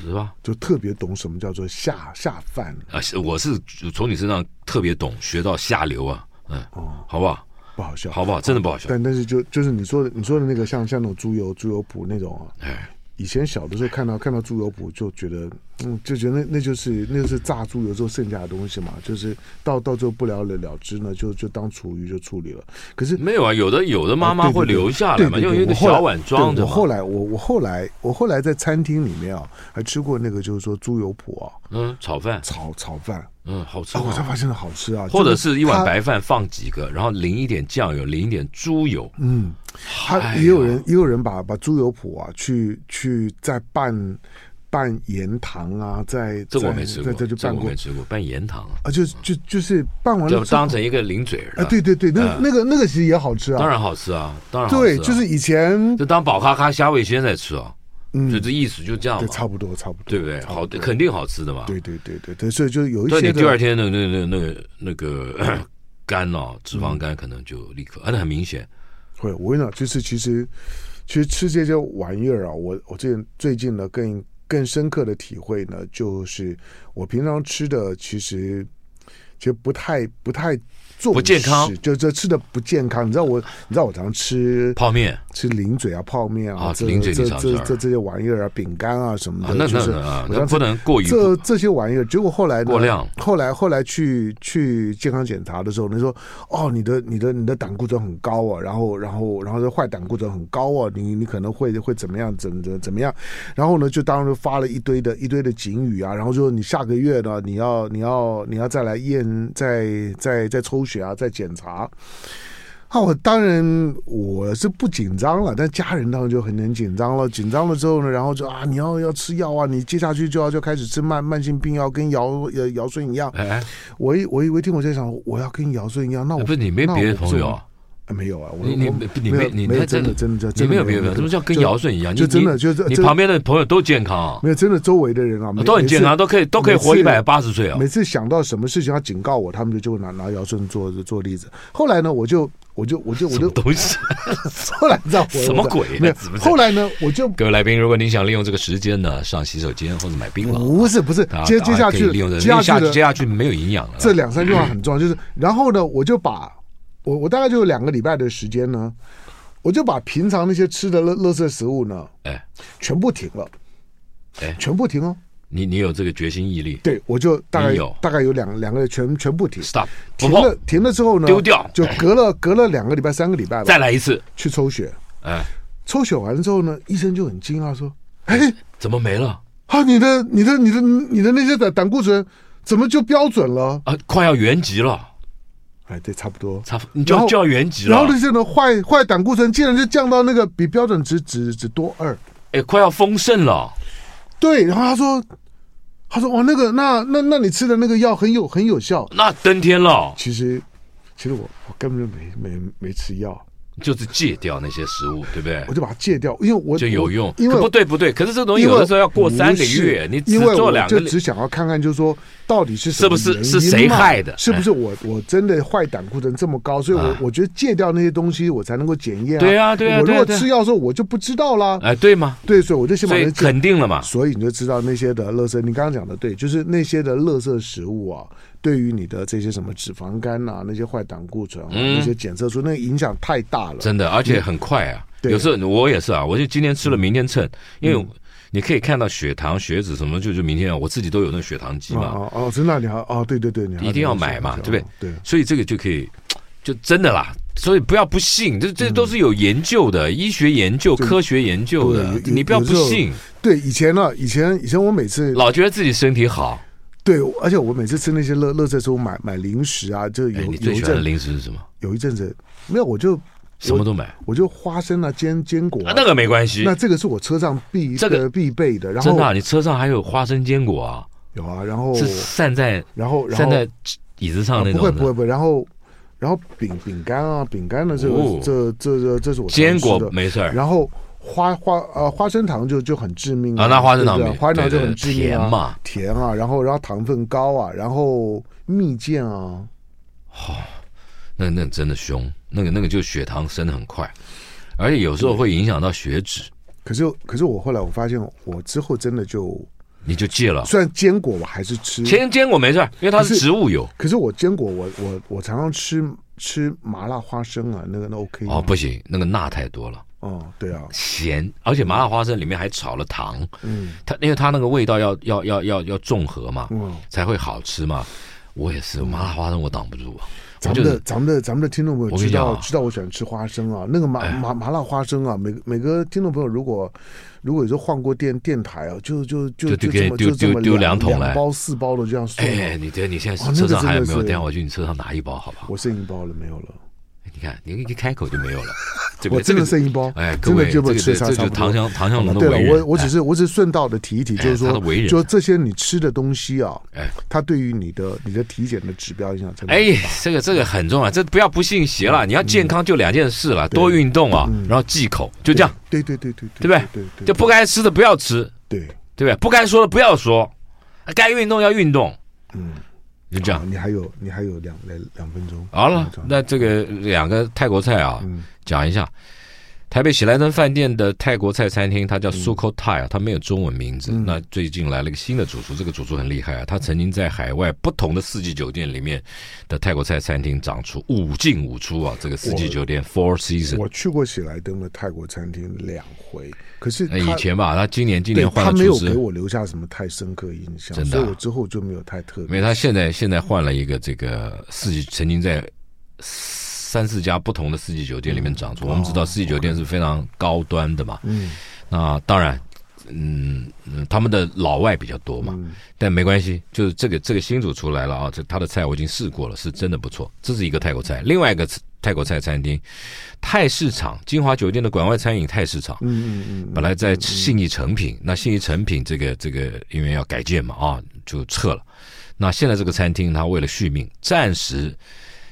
[SPEAKER 2] 是吧？
[SPEAKER 1] 就特别懂什么叫做下下饭
[SPEAKER 2] 啊，是我是从你身上特别懂，学到下流啊，嗯，
[SPEAKER 1] 哦，
[SPEAKER 2] 好不好？
[SPEAKER 1] 不好笑。
[SPEAKER 2] 好不好？真的不好笑。
[SPEAKER 1] 但但是就就是你说的你说的那个像像那种猪油猪油脯那种啊，
[SPEAKER 2] 哎，
[SPEAKER 1] 以前小的时候看到看到猪油脯就觉得，嗯，就觉得那那就是那就是炸猪油之后剩下的东西嘛，就是到到最后不了了了之呢，就就当厨余就处理了。可是
[SPEAKER 2] 没有啊，有的有的妈妈
[SPEAKER 1] 对对
[SPEAKER 2] 会
[SPEAKER 1] 对
[SPEAKER 2] 留下
[SPEAKER 1] 对
[SPEAKER 2] 来嘛，
[SPEAKER 1] 对对
[SPEAKER 2] 用一个
[SPEAKER 1] 我后来
[SPEAKER 2] 小碗装
[SPEAKER 1] 对
[SPEAKER 2] 着
[SPEAKER 1] 我后
[SPEAKER 2] 嘛。
[SPEAKER 1] 来我我后来我后来在餐厅里面啊，还吃过那个就是说猪油脯啊，
[SPEAKER 2] 嗯，炒饭，
[SPEAKER 1] 炒炒饭，
[SPEAKER 2] 嗯，好吃
[SPEAKER 1] 啊，我才
[SPEAKER 2] 啊。
[SPEAKER 1] 发现好吃啊，
[SPEAKER 2] 或者
[SPEAKER 1] 就是
[SPEAKER 2] 一碗
[SPEAKER 1] 它
[SPEAKER 2] 白饭放几个，然后淋一点酱油，淋一点猪油。
[SPEAKER 1] 嗯，他
[SPEAKER 2] 哎
[SPEAKER 1] 也有
[SPEAKER 2] 呀
[SPEAKER 1] 人也有人把把猪油脯啊，去去再拌拌盐糖啊，在
[SPEAKER 2] 这个我
[SPEAKER 1] 在
[SPEAKER 2] 没吃
[SPEAKER 1] 在
[SPEAKER 2] 过，
[SPEAKER 1] 在就
[SPEAKER 2] 这
[SPEAKER 1] 拌
[SPEAKER 2] 个我
[SPEAKER 1] 过嗯
[SPEAKER 2] 没吃过，拌盐糖啊，
[SPEAKER 1] 啊，就就就是拌完
[SPEAKER 2] 就
[SPEAKER 1] 了之后
[SPEAKER 2] 当成一个零嘴儿的
[SPEAKER 1] 啊，对，对对，那
[SPEAKER 2] 嗯
[SPEAKER 1] 那个那个其实也好吃啊，
[SPEAKER 2] 当然好吃啊，当然好吃啊
[SPEAKER 1] 对，就是以前
[SPEAKER 2] 就当宝咖咖虾味鲜在吃哦，就
[SPEAKER 1] 嗯，
[SPEAKER 2] 这意思就这样
[SPEAKER 1] 对，
[SPEAKER 2] 嘛，
[SPEAKER 1] 差不多差不多，
[SPEAKER 2] 对不对？
[SPEAKER 1] 差
[SPEAKER 2] 好，
[SPEAKER 1] 多
[SPEAKER 2] 肯定好吃的嘛。
[SPEAKER 1] 对对对对对，所以就有一
[SPEAKER 2] 对
[SPEAKER 1] 些
[SPEAKER 2] 你
[SPEAKER 1] 的
[SPEAKER 2] 第二天的那那那个那个 肝哦，脂肪肝可能就立
[SPEAKER 1] 嗯
[SPEAKER 2] 刻，啊，那很明显。
[SPEAKER 1] 会，我跟你讲，就是其实其实吃这些玩意儿啊，我我最近最近呢更更深刻的体会呢，就是我平常吃的其实其实不太不太重
[SPEAKER 2] 不健康
[SPEAKER 1] 视，就这吃的不健康。你知道我你知道我常吃
[SPEAKER 2] 泡面
[SPEAKER 1] 吃零嘴啊、泡面啊、
[SPEAKER 2] 啊
[SPEAKER 1] 这
[SPEAKER 2] 零嘴
[SPEAKER 1] 这
[SPEAKER 2] 你常吃
[SPEAKER 1] 这这这些玩意儿啊、饼干啊什么
[SPEAKER 2] 啊
[SPEAKER 1] 的，，
[SPEAKER 2] 那
[SPEAKER 1] 就
[SPEAKER 2] 那
[SPEAKER 1] 是
[SPEAKER 2] 那啊，
[SPEAKER 1] 我上
[SPEAKER 2] 那
[SPEAKER 1] 次
[SPEAKER 2] 不能过于
[SPEAKER 1] 这这些玩意儿，结果后来呢
[SPEAKER 2] 过量
[SPEAKER 1] 后来后来去去健康检查的时候，你说哦，你的你的你的胆固醇很高啊，然后然后然后这坏胆固醇很高啊，你你可能会会怎么样，怎怎怎么样？然后呢，就当时发了一堆的一堆的警语啊，然后就说你下个月呢，你要你要你要再来验，再再再抽血啊，再检查。啊，我当然我是不紧张了，但家人当然就很很紧张了。紧张了之后呢，然后就啊，你要要吃药啊，你接下去就要就开始吃慢慢性病药，跟尧呃尧舜一样。
[SPEAKER 2] 哎哎，
[SPEAKER 1] 我一我一我一听我在想，我要跟尧舜一样，那我
[SPEAKER 2] 不是你没
[SPEAKER 1] 哦那我
[SPEAKER 2] 别的
[SPEAKER 1] 不
[SPEAKER 2] 朋友
[SPEAKER 1] 做
[SPEAKER 2] 啊，
[SPEAKER 1] 啊没有啊，我
[SPEAKER 2] 你你
[SPEAKER 1] 我没
[SPEAKER 2] 你
[SPEAKER 1] 有
[SPEAKER 2] 没你
[SPEAKER 1] 没有
[SPEAKER 2] 那
[SPEAKER 1] 真的真
[SPEAKER 2] 真
[SPEAKER 1] 的
[SPEAKER 2] 你
[SPEAKER 1] 真的
[SPEAKER 2] 没有别的朋友，怎么叫跟
[SPEAKER 1] 就
[SPEAKER 2] 尧舜一样？
[SPEAKER 1] 就
[SPEAKER 2] 你
[SPEAKER 1] 真的
[SPEAKER 2] 你
[SPEAKER 1] 就是
[SPEAKER 2] 你
[SPEAKER 1] 真
[SPEAKER 2] 旁边的朋友都健康啊，
[SPEAKER 1] 没有真的周围的人啊，每
[SPEAKER 2] 都很健。
[SPEAKER 1] 每
[SPEAKER 2] 康，
[SPEAKER 1] 次
[SPEAKER 2] 都可以都可以活
[SPEAKER 1] 每
[SPEAKER 2] 一
[SPEAKER 1] 次
[SPEAKER 2] 百八十岁啊
[SPEAKER 1] 每。次想到什么事情要警告我，他们就就拿拿尧舜做做例子。后来呢，我就我就我就我
[SPEAKER 2] 什么
[SPEAKER 1] 就
[SPEAKER 2] 东西？
[SPEAKER 1] 后来你知道我
[SPEAKER 2] 什么鬼
[SPEAKER 1] 没有
[SPEAKER 2] 怎么，
[SPEAKER 1] 后来呢， 我就
[SPEAKER 2] 各位来宾，如果您想利用这个时间呢，上洗手间或者买槟榔，
[SPEAKER 1] 不是不是
[SPEAKER 2] 大家
[SPEAKER 1] 接
[SPEAKER 2] 大
[SPEAKER 1] 接
[SPEAKER 2] 家
[SPEAKER 1] 下
[SPEAKER 2] 可以
[SPEAKER 1] 去
[SPEAKER 2] 利用这
[SPEAKER 1] 接
[SPEAKER 2] 个
[SPEAKER 1] 下去
[SPEAKER 2] 接下
[SPEAKER 1] 的
[SPEAKER 2] 接下去没有营养了。
[SPEAKER 1] 这两三句话很重要，就是然后呢，我就把我我大概就有两个礼拜的时间呢，我就把平常那些吃的垃垃圾食物呢
[SPEAKER 2] 哎，
[SPEAKER 1] 全部停了，
[SPEAKER 2] 哎
[SPEAKER 1] 全部停哦。
[SPEAKER 2] 你你有这个决心毅力
[SPEAKER 1] 对，我就大概
[SPEAKER 2] 你有
[SPEAKER 1] 大概有两两个全全部停，
[SPEAKER 2] ，stop，不
[SPEAKER 1] 停
[SPEAKER 2] 碰
[SPEAKER 1] 了，停了之后呢，
[SPEAKER 2] 丢掉
[SPEAKER 1] 就隔了隔了两个礼拜三个礼拜吧，
[SPEAKER 2] 再来一次。
[SPEAKER 1] 去抽血，
[SPEAKER 2] 哎，
[SPEAKER 1] 抽血完了之后呢，医生就很惊讶说：“哎，
[SPEAKER 2] 怎么没了
[SPEAKER 1] 啊，你的你的你的你的那些胆胆固醇怎么就标准了
[SPEAKER 2] 啊？快要原级了，？”
[SPEAKER 1] 哎，对，差不多。
[SPEAKER 2] 差不你就
[SPEAKER 1] 然
[SPEAKER 2] 要
[SPEAKER 1] 后
[SPEAKER 2] 就要原级
[SPEAKER 1] 然
[SPEAKER 2] 了
[SPEAKER 1] 后，那些呢，坏坏胆固醇竟然就降到那个比标准值只只多二。
[SPEAKER 2] 哎，快要丰盛了。
[SPEAKER 1] 对，然后他说，他说哦，那个那那那你吃的那个药很有很有效。
[SPEAKER 2] 那登天了，
[SPEAKER 1] 其实，其实我我根本就没没没吃药，
[SPEAKER 2] 就是戒掉那些食物，对不对
[SPEAKER 1] 我？就把它戒掉，因为我
[SPEAKER 2] 就有用，
[SPEAKER 1] 因
[SPEAKER 2] 可不
[SPEAKER 1] 为。
[SPEAKER 2] 对不对，可是这个东西
[SPEAKER 1] 因为
[SPEAKER 2] 有的时候要过三个
[SPEAKER 1] 不是
[SPEAKER 2] 月，你只
[SPEAKER 1] 因为
[SPEAKER 2] 做
[SPEAKER 1] 我
[SPEAKER 2] 两个
[SPEAKER 1] 就
[SPEAKER 2] 礼
[SPEAKER 1] 只想要看看，就是说到底是什
[SPEAKER 2] 是不
[SPEAKER 1] 么
[SPEAKER 2] 是
[SPEAKER 1] 原
[SPEAKER 2] 是
[SPEAKER 1] 因
[SPEAKER 2] 谁
[SPEAKER 1] 嘛
[SPEAKER 2] 害的
[SPEAKER 1] 是不
[SPEAKER 2] 哎
[SPEAKER 1] 是我我真的坏胆固醇这么高？所以我
[SPEAKER 2] 啊
[SPEAKER 1] 我觉得戒掉那些东西，我才能够检验。
[SPEAKER 2] 对啊对啊
[SPEAKER 1] 我如
[SPEAKER 2] 对啊
[SPEAKER 1] 果
[SPEAKER 2] 对啊
[SPEAKER 1] 吃药的时候，我就不知道啦。
[SPEAKER 2] 哎，对吗？
[SPEAKER 1] 对，所以我就先把
[SPEAKER 2] 所以
[SPEAKER 1] 那戒
[SPEAKER 2] 肯定了嘛，
[SPEAKER 1] 所以你就知道那些的垃圾，你刚刚讲的对，就是那些的垃圾食物啊，对于你的这些什么脂肪肝呐、那些坏胆固醇啊，
[SPEAKER 2] 嗯
[SPEAKER 1] 那些检测出那个影响太大了。
[SPEAKER 2] 真的，而且很快
[SPEAKER 1] 嗯
[SPEAKER 2] 啊。
[SPEAKER 1] 对嗯
[SPEAKER 2] 有时候我也是啊，我就今天吃了，明天称，因为你可以看到血糖、血脂什么，就是明天啊，我自己都有那个血糖机嘛，
[SPEAKER 1] 哦哦，真的，你还哦，对对对，你还
[SPEAKER 2] 一定要买嘛
[SPEAKER 1] 这样
[SPEAKER 2] 对不
[SPEAKER 1] 讲哦对？
[SPEAKER 2] 所以这个就可以，就真的啦。所以不要不信，这这都是有研究的，医学研究、
[SPEAKER 1] 对
[SPEAKER 2] 科学研究的
[SPEAKER 1] 对，有
[SPEAKER 2] 你不要
[SPEAKER 1] 有
[SPEAKER 2] 不
[SPEAKER 1] 时候
[SPEAKER 2] 信，
[SPEAKER 1] 对以前呢，以前以前我每次
[SPEAKER 2] 老觉得自己身体好。
[SPEAKER 1] 对，而且我每次吃那些垃垃圾食物，买买零食啊，就有
[SPEAKER 2] 哎，你
[SPEAKER 1] 有
[SPEAKER 2] 最
[SPEAKER 1] 一
[SPEAKER 2] 喜欢的
[SPEAKER 1] 阵
[SPEAKER 2] 零食是什么？
[SPEAKER 1] 有一阵子没有，我就
[SPEAKER 2] 什么都买，
[SPEAKER 1] 我就花生啊，坚坚果
[SPEAKER 2] 啊
[SPEAKER 1] 啊，
[SPEAKER 2] 那个没关系
[SPEAKER 1] 那。这个是我车上必
[SPEAKER 2] 这个
[SPEAKER 1] 呃必备的，然
[SPEAKER 2] 真
[SPEAKER 1] 后
[SPEAKER 2] 的啊、你车上还有花生坚果啊，
[SPEAKER 1] 有啊，然后
[SPEAKER 2] 是散在
[SPEAKER 1] 然后然
[SPEAKER 2] 散
[SPEAKER 1] 后啊
[SPEAKER 2] 在椅子上那
[SPEAKER 1] 不会
[SPEAKER 2] 种
[SPEAKER 1] 不会
[SPEAKER 2] 的。
[SPEAKER 1] 不会，然后然后饼饼干啊，饼干的这个、
[SPEAKER 2] 哦
[SPEAKER 1] 这这这这是我常
[SPEAKER 2] 坚
[SPEAKER 1] 吃
[SPEAKER 2] 果
[SPEAKER 1] 的，
[SPEAKER 2] 没事儿，
[SPEAKER 1] 然后花花呃花生糖就就很致命
[SPEAKER 2] 啊那花生糖
[SPEAKER 1] 对不对
[SPEAKER 2] 没
[SPEAKER 1] 花生糖就
[SPEAKER 2] 对对
[SPEAKER 1] 很致命啊，
[SPEAKER 2] 甜嘛
[SPEAKER 1] 甜啊，然后然后糖分高啊，然后蜜饯啊，
[SPEAKER 2] 那那真的凶，那个那个就血糖升的很快，而且有时候会影响到血脂，
[SPEAKER 1] 可是可是我后来我发现我之后真的就
[SPEAKER 2] 你就戒了。
[SPEAKER 1] 虽然坚果我还是吃，
[SPEAKER 2] 坚坚果没事儿，因为它
[SPEAKER 1] 可
[SPEAKER 2] 是
[SPEAKER 1] 是
[SPEAKER 2] 植物油。
[SPEAKER 1] 可是我坚果我我我常常吃吃麻辣花生啊，那个那 OK
[SPEAKER 2] 哦，不行，那个钠太多了，
[SPEAKER 1] 嗯对啊
[SPEAKER 2] 咸，而且麻辣花生里面还炒了糖，
[SPEAKER 1] 嗯
[SPEAKER 2] 它因为它那个味道要要要要要综合嘛，
[SPEAKER 1] 嗯。
[SPEAKER 2] 才会好吃嘛。我也是，麻辣花生我挡不住啊，
[SPEAKER 1] 咱
[SPEAKER 2] 我就
[SPEAKER 1] 们的
[SPEAKER 2] 是
[SPEAKER 1] 咱们的咱们的听众朋友
[SPEAKER 2] 我跟
[SPEAKER 1] 知
[SPEAKER 2] 你讲
[SPEAKER 1] 道
[SPEAKER 2] 啊哎
[SPEAKER 1] 知道我喜欢吃花生啊，那个麻麻麻辣花生啊，每个每个听众朋友如果如果有时候换过电电台啊，就就就
[SPEAKER 2] 就就给
[SPEAKER 1] 这么
[SPEAKER 2] 丢
[SPEAKER 1] 就这么
[SPEAKER 2] 丢丢
[SPEAKER 1] 两
[SPEAKER 2] 两桶来
[SPEAKER 1] 两包四包的这样送啊，
[SPEAKER 2] 哎，你对，你现在
[SPEAKER 1] 哇那
[SPEAKER 2] 车
[SPEAKER 1] 个
[SPEAKER 2] 上还有没
[SPEAKER 1] 真
[SPEAKER 2] 有？
[SPEAKER 1] 的是
[SPEAKER 2] 等一下我去你车上拿一包好不好？
[SPEAKER 1] 我剩一包了没有了，
[SPEAKER 2] 你看，你一开口就没有 了，对不
[SPEAKER 1] 我
[SPEAKER 2] 对？这
[SPEAKER 1] 真的
[SPEAKER 2] 个
[SPEAKER 1] 剩一包，
[SPEAKER 2] 哎，各
[SPEAKER 1] 真的
[SPEAKER 2] 位，
[SPEAKER 1] 就
[SPEAKER 2] 这
[SPEAKER 1] 被
[SPEAKER 2] 个
[SPEAKER 1] 吃
[SPEAKER 2] 这
[SPEAKER 1] 差
[SPEAKER 2] 这
[SPEAKER 1] 差
[SPEAKER 2] 就
[SPEAKER 1] 不多
[SPEAKER 2] 唐。香唐香
[SPEAKER 1] 好
[SPEAKER 2] 龙
[SPEAKER 1] 了
[SPEAKER 2] 的
[SPEAKER 1] 对
[SPEAKER 2] 为
[SPEAKER 1] 了，我
[SPEAKER 2] 人，
[SPEAKER 1] 我只
[SPEAKER 2] 哎
[SPEAKER 1] 是我只是顺道的提一提，
[SPEAKER 2] 哎
[SPEAKER 1] 就是说
[SPEAKER 2] 他的为人
[SPEAKER 1] 就这些你吃的东西啊
[SPEAKER 2] 哎，
[SPEAKER 1] 它对于你的你的体检的指标影响真的很
[SPEAKER 2] 哎，这个这个很重要，这不要不信邪了。你要健康就两件事了，多运动啊，然后忌口，就这样，
[SPEAKER 1] 对对对对
[SPEAKER 2] 对不对
[SPEAKER 1] 对嗯对，
[SPEAKER 2] 就不该吃的不要吃，
[SPEAKER 1] 对，
[SPEAKER 2] 对不对？不该说的不要说，该运动要运动，
[SPEAKER 1] 嗯，
[SPEAKER 2] 就这样
[SPEAKER 1] 好。你还有你还有两两两分钟，
[SPEAKER 2] 好
[SPEAKER 1] 两
[SPEAKER 2] 了
[SPEAKER 1] 分钟，
[SPEAKER 2] 那这个两个泰国菜啊，
[SPEAKER 1] 嗯。
[SPEAKER 2] 讲一下。台北喜来登饭店的泰国菜餐厅，它叫 Suko Thai 啊，它没有中文名字。
[SPEAKER 1] 嗯
[SPEAKER 2] 那最近来了个新的主厨，这个主厨很厉害啊，他曾经在海外不同的四季酒店里面的泰国菜餐厅长出五进五出啊。这个四季酒店 Four Season，
[SPEAKER 1] 我去过喜来登的泰国餐厅两回，可是他、
[SPEAKER 2] 哎那以前吧，他今年今
[SPEAKER 1] 对
[SPEAKER 2] 年换
[SPEAKER 1] 他
[SPEAKER 2] 了
[SPEAKER 1] 没
[SPEAKER 2] 厨
[SPEAKER 1] 有
[SPEAKER 2] 师
[SPEAKER 1] 给，我留下什么太深刻印象，
[SPEAKER 2] 真的
[SPEAKER 1] 所
[SPEAKER 2] 啊
[SPEAKER 1] 以我之后就没有太特
[SPEAKER 2] 因
[SPEAKER 1] 别。
[SPEAKER 2] 为他现在现在换了一个这个四季，曾经在三四家不同的四季酒店里面长出。我们知道四季酒店是非常高端的嘛，
[SPEAKER 1] 嗯，
[SPEAKER 2] 那当然，嗯，嗯他们的老外比较多嘛，但没关系，就是这个这个新主厨来了啊，这他的菜我已经试过了，是真的不错。这是一个泰国菜，另外一个泰国菜餐厅，泰市场金华酒店的馆外餐饮泰市场，
[SPEAKER 1] 嗯嗯
[SPEAKER 2] 本来在信义成品，那信义成品这个这个因为要改建嘛啊，就撤了。那现在这个餐厅，它为了续命，暂时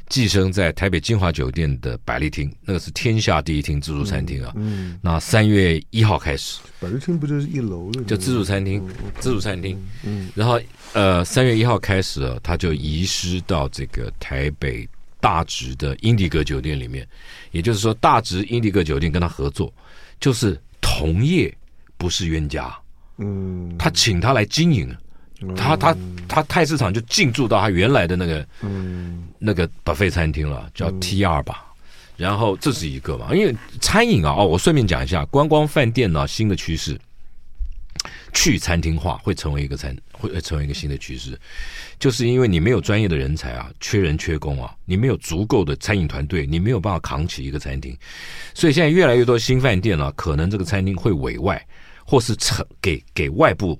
[SPEAKER 2] 寄生在台北金华酒店的百丽厅，那个是天下第一厅自助餐厅啊。
[SPEAKER 1] 嗯嗯，
[SPEAKER 2] 那三月一号开始，
[SPEAKER 1] 百日厅不就是一楼的吗？
[SPEAKER 2] 就自助餐厅
[SPEAKER 1] 嗯，
[SPEAKER 2] 自助餐厅。
[SPEAKER 1] 嗯
[SPEAKER 2] 啊然后呃，三月一号开始，它就移师到这个台北大直的英迪格酒店里面，也就是说，大直英迪格酒店跟他合作，就是同业不是冤家，
[SPEAKER 1] 嗯，
[SPEAKER 2] 他请他来经营，他他他菜市场就进驻到他原来的那个
[SPEAKER 1] 嗯
[SPEAKER 2] 那个 buffet 餐厅了，叫 T R 吧。然后这是一个嘛，因为餐饮啊，哦，我顺便讲一下，观光饭店呢、新的趋势，去餐厅化会成为一个餐会会成为一个新的趋势，就是因为你没有专业的人才啊，缺人缺工啊，你没有足够的餐饮团队，你没有办法扛起一个餐厅，所以现在越来越多新饭店呢、啊可能这个餐厅会委外，或是承给给外部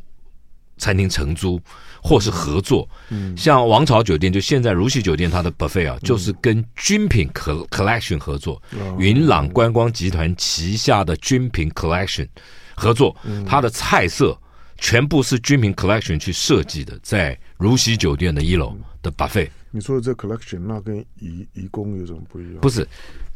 [SPEAKER 2] 餐厅承租，或是合作。嗯，像王朝酒店，就现在如禧酒店，它的 buffet 啊，就是跟军品 col- collection 合作，
[SPEAKER 1] 哦嗯
[SPEAKER 2] 云朗观光集团旗下的军品 collection 合作，它的菜色全部是军品 collection 去设计的，在如禧酒店的一楼的 buffet。
[SPEAKER 1] 你说的这 collection 那跟移移工有什么不一样？
[SPEAKER 2] 不是，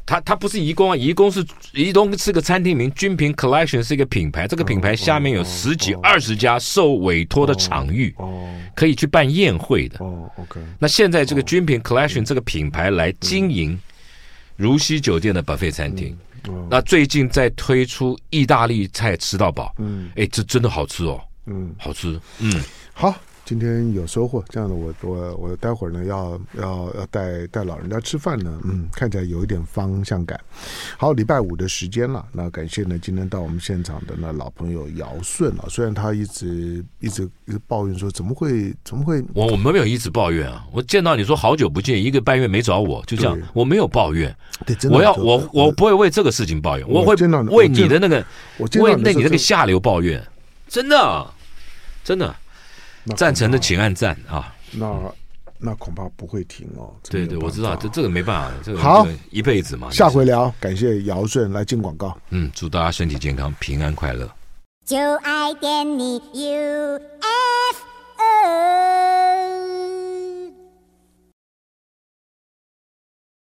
[SPEAKER 2] 它它不是怡工啊，怡工是怡工是个餐厅名，君品 Collection 是一个品牌，这个品牌下面有十几二十家受委托的场域，
[SPEAKER 1] 哦
[SPEAKER 2] 可以去办宴会的。
[SPEAKER 1] 哦，OK，
[SPEAKER 2] 那现在这
[SPEAKER 1] 哦
[SPEAKER 2] 个君品 Collection 这个品牌
[SPEAKER 1] 嗯
[SPEAKER 2] 来经营如溪酒店的 buffet 餐厅，
[SPEAKER 1] 哦
[SPEAKER 2] 那最近在推出意大利菜吃到饱，
[SPEAKER 1] 嗯
[SPEAKER 2] 哎，这真的好吃哦，
[SPEAKER 1] 嗯，
[SPEAKER 2] 好吃，嗯，
[SPEAKER 1] 好。今天有收获，这样的我我我待会儿呢要要要带带老人家吃饭呢，嗯，看起来有一点方向感。好，礼拜五的时间了，那感谢呢今天到我们现场的呢老朋友姚顺啊，虽然他一直一直一直抱怨说怎么会怎么会
[SPEAKER 2] 我我们没有一直抱怨啊，我见到你说好久不见，一个半月没找我，就这样
[SPEAKER 1] 对，
[SPEAKER 2] 我没有抱怨。
[SPEAKER 1] 对，真的
[SPEAKER 2] 我要
[SPEAKER 1] 就
[SPEAKER 2] 我我不会为这个事情抱怨，
[SPEAKER 1] 我
[SPEAKER 2] 会
[SPEAKER 1] 哦见到你
[SPEAKER 2] 为
[SPEAKER 1] 我见
[SPEAKER 2] 你的那个
[SPEAKER 1] 我见到
[SPEAKER 2] 为
[SPEAKER 1] 你
[SPEAKER 2] 那
[SPEAKER 1] 的时候
[SPEAKER 2] 你那
[SPEAKER 1] 就
[SPEAKER 2] 个下流抱怨，真的真
[SPEAKER 1] 啊
[SPEAKER 2] 的
[SPEAKER 1] 那
[SPEAKER 2] 赞成的
[SPEAKER 1] 恐
[SPEAKER 2] 请按赞啊！
[SPEAKER 1] 怕那那恐怕不会停哦。这
[SPEAKER 2] 对
[SPEAKER 1] 没
[SPEAKER 2] 对，
[SPEAKER 1] 有
[SPEAKER 2] 我
[SPEAKER 1] 办
[SPEAKER 2] 知道
[SPEAKER 1] 法
[SPEAKER 2] 这这个没办法，这个
[SPEAKER 1] 好
[SPEAKER 2] 这个一辈子嘛。
[SPEAKER 1] 下回聊，感谢姚顺来进广告。
[SPEAKER 2] 嗯，祝大家身体健康，平安快乐。
[SPEAKER 3] 就爱点你 UFO。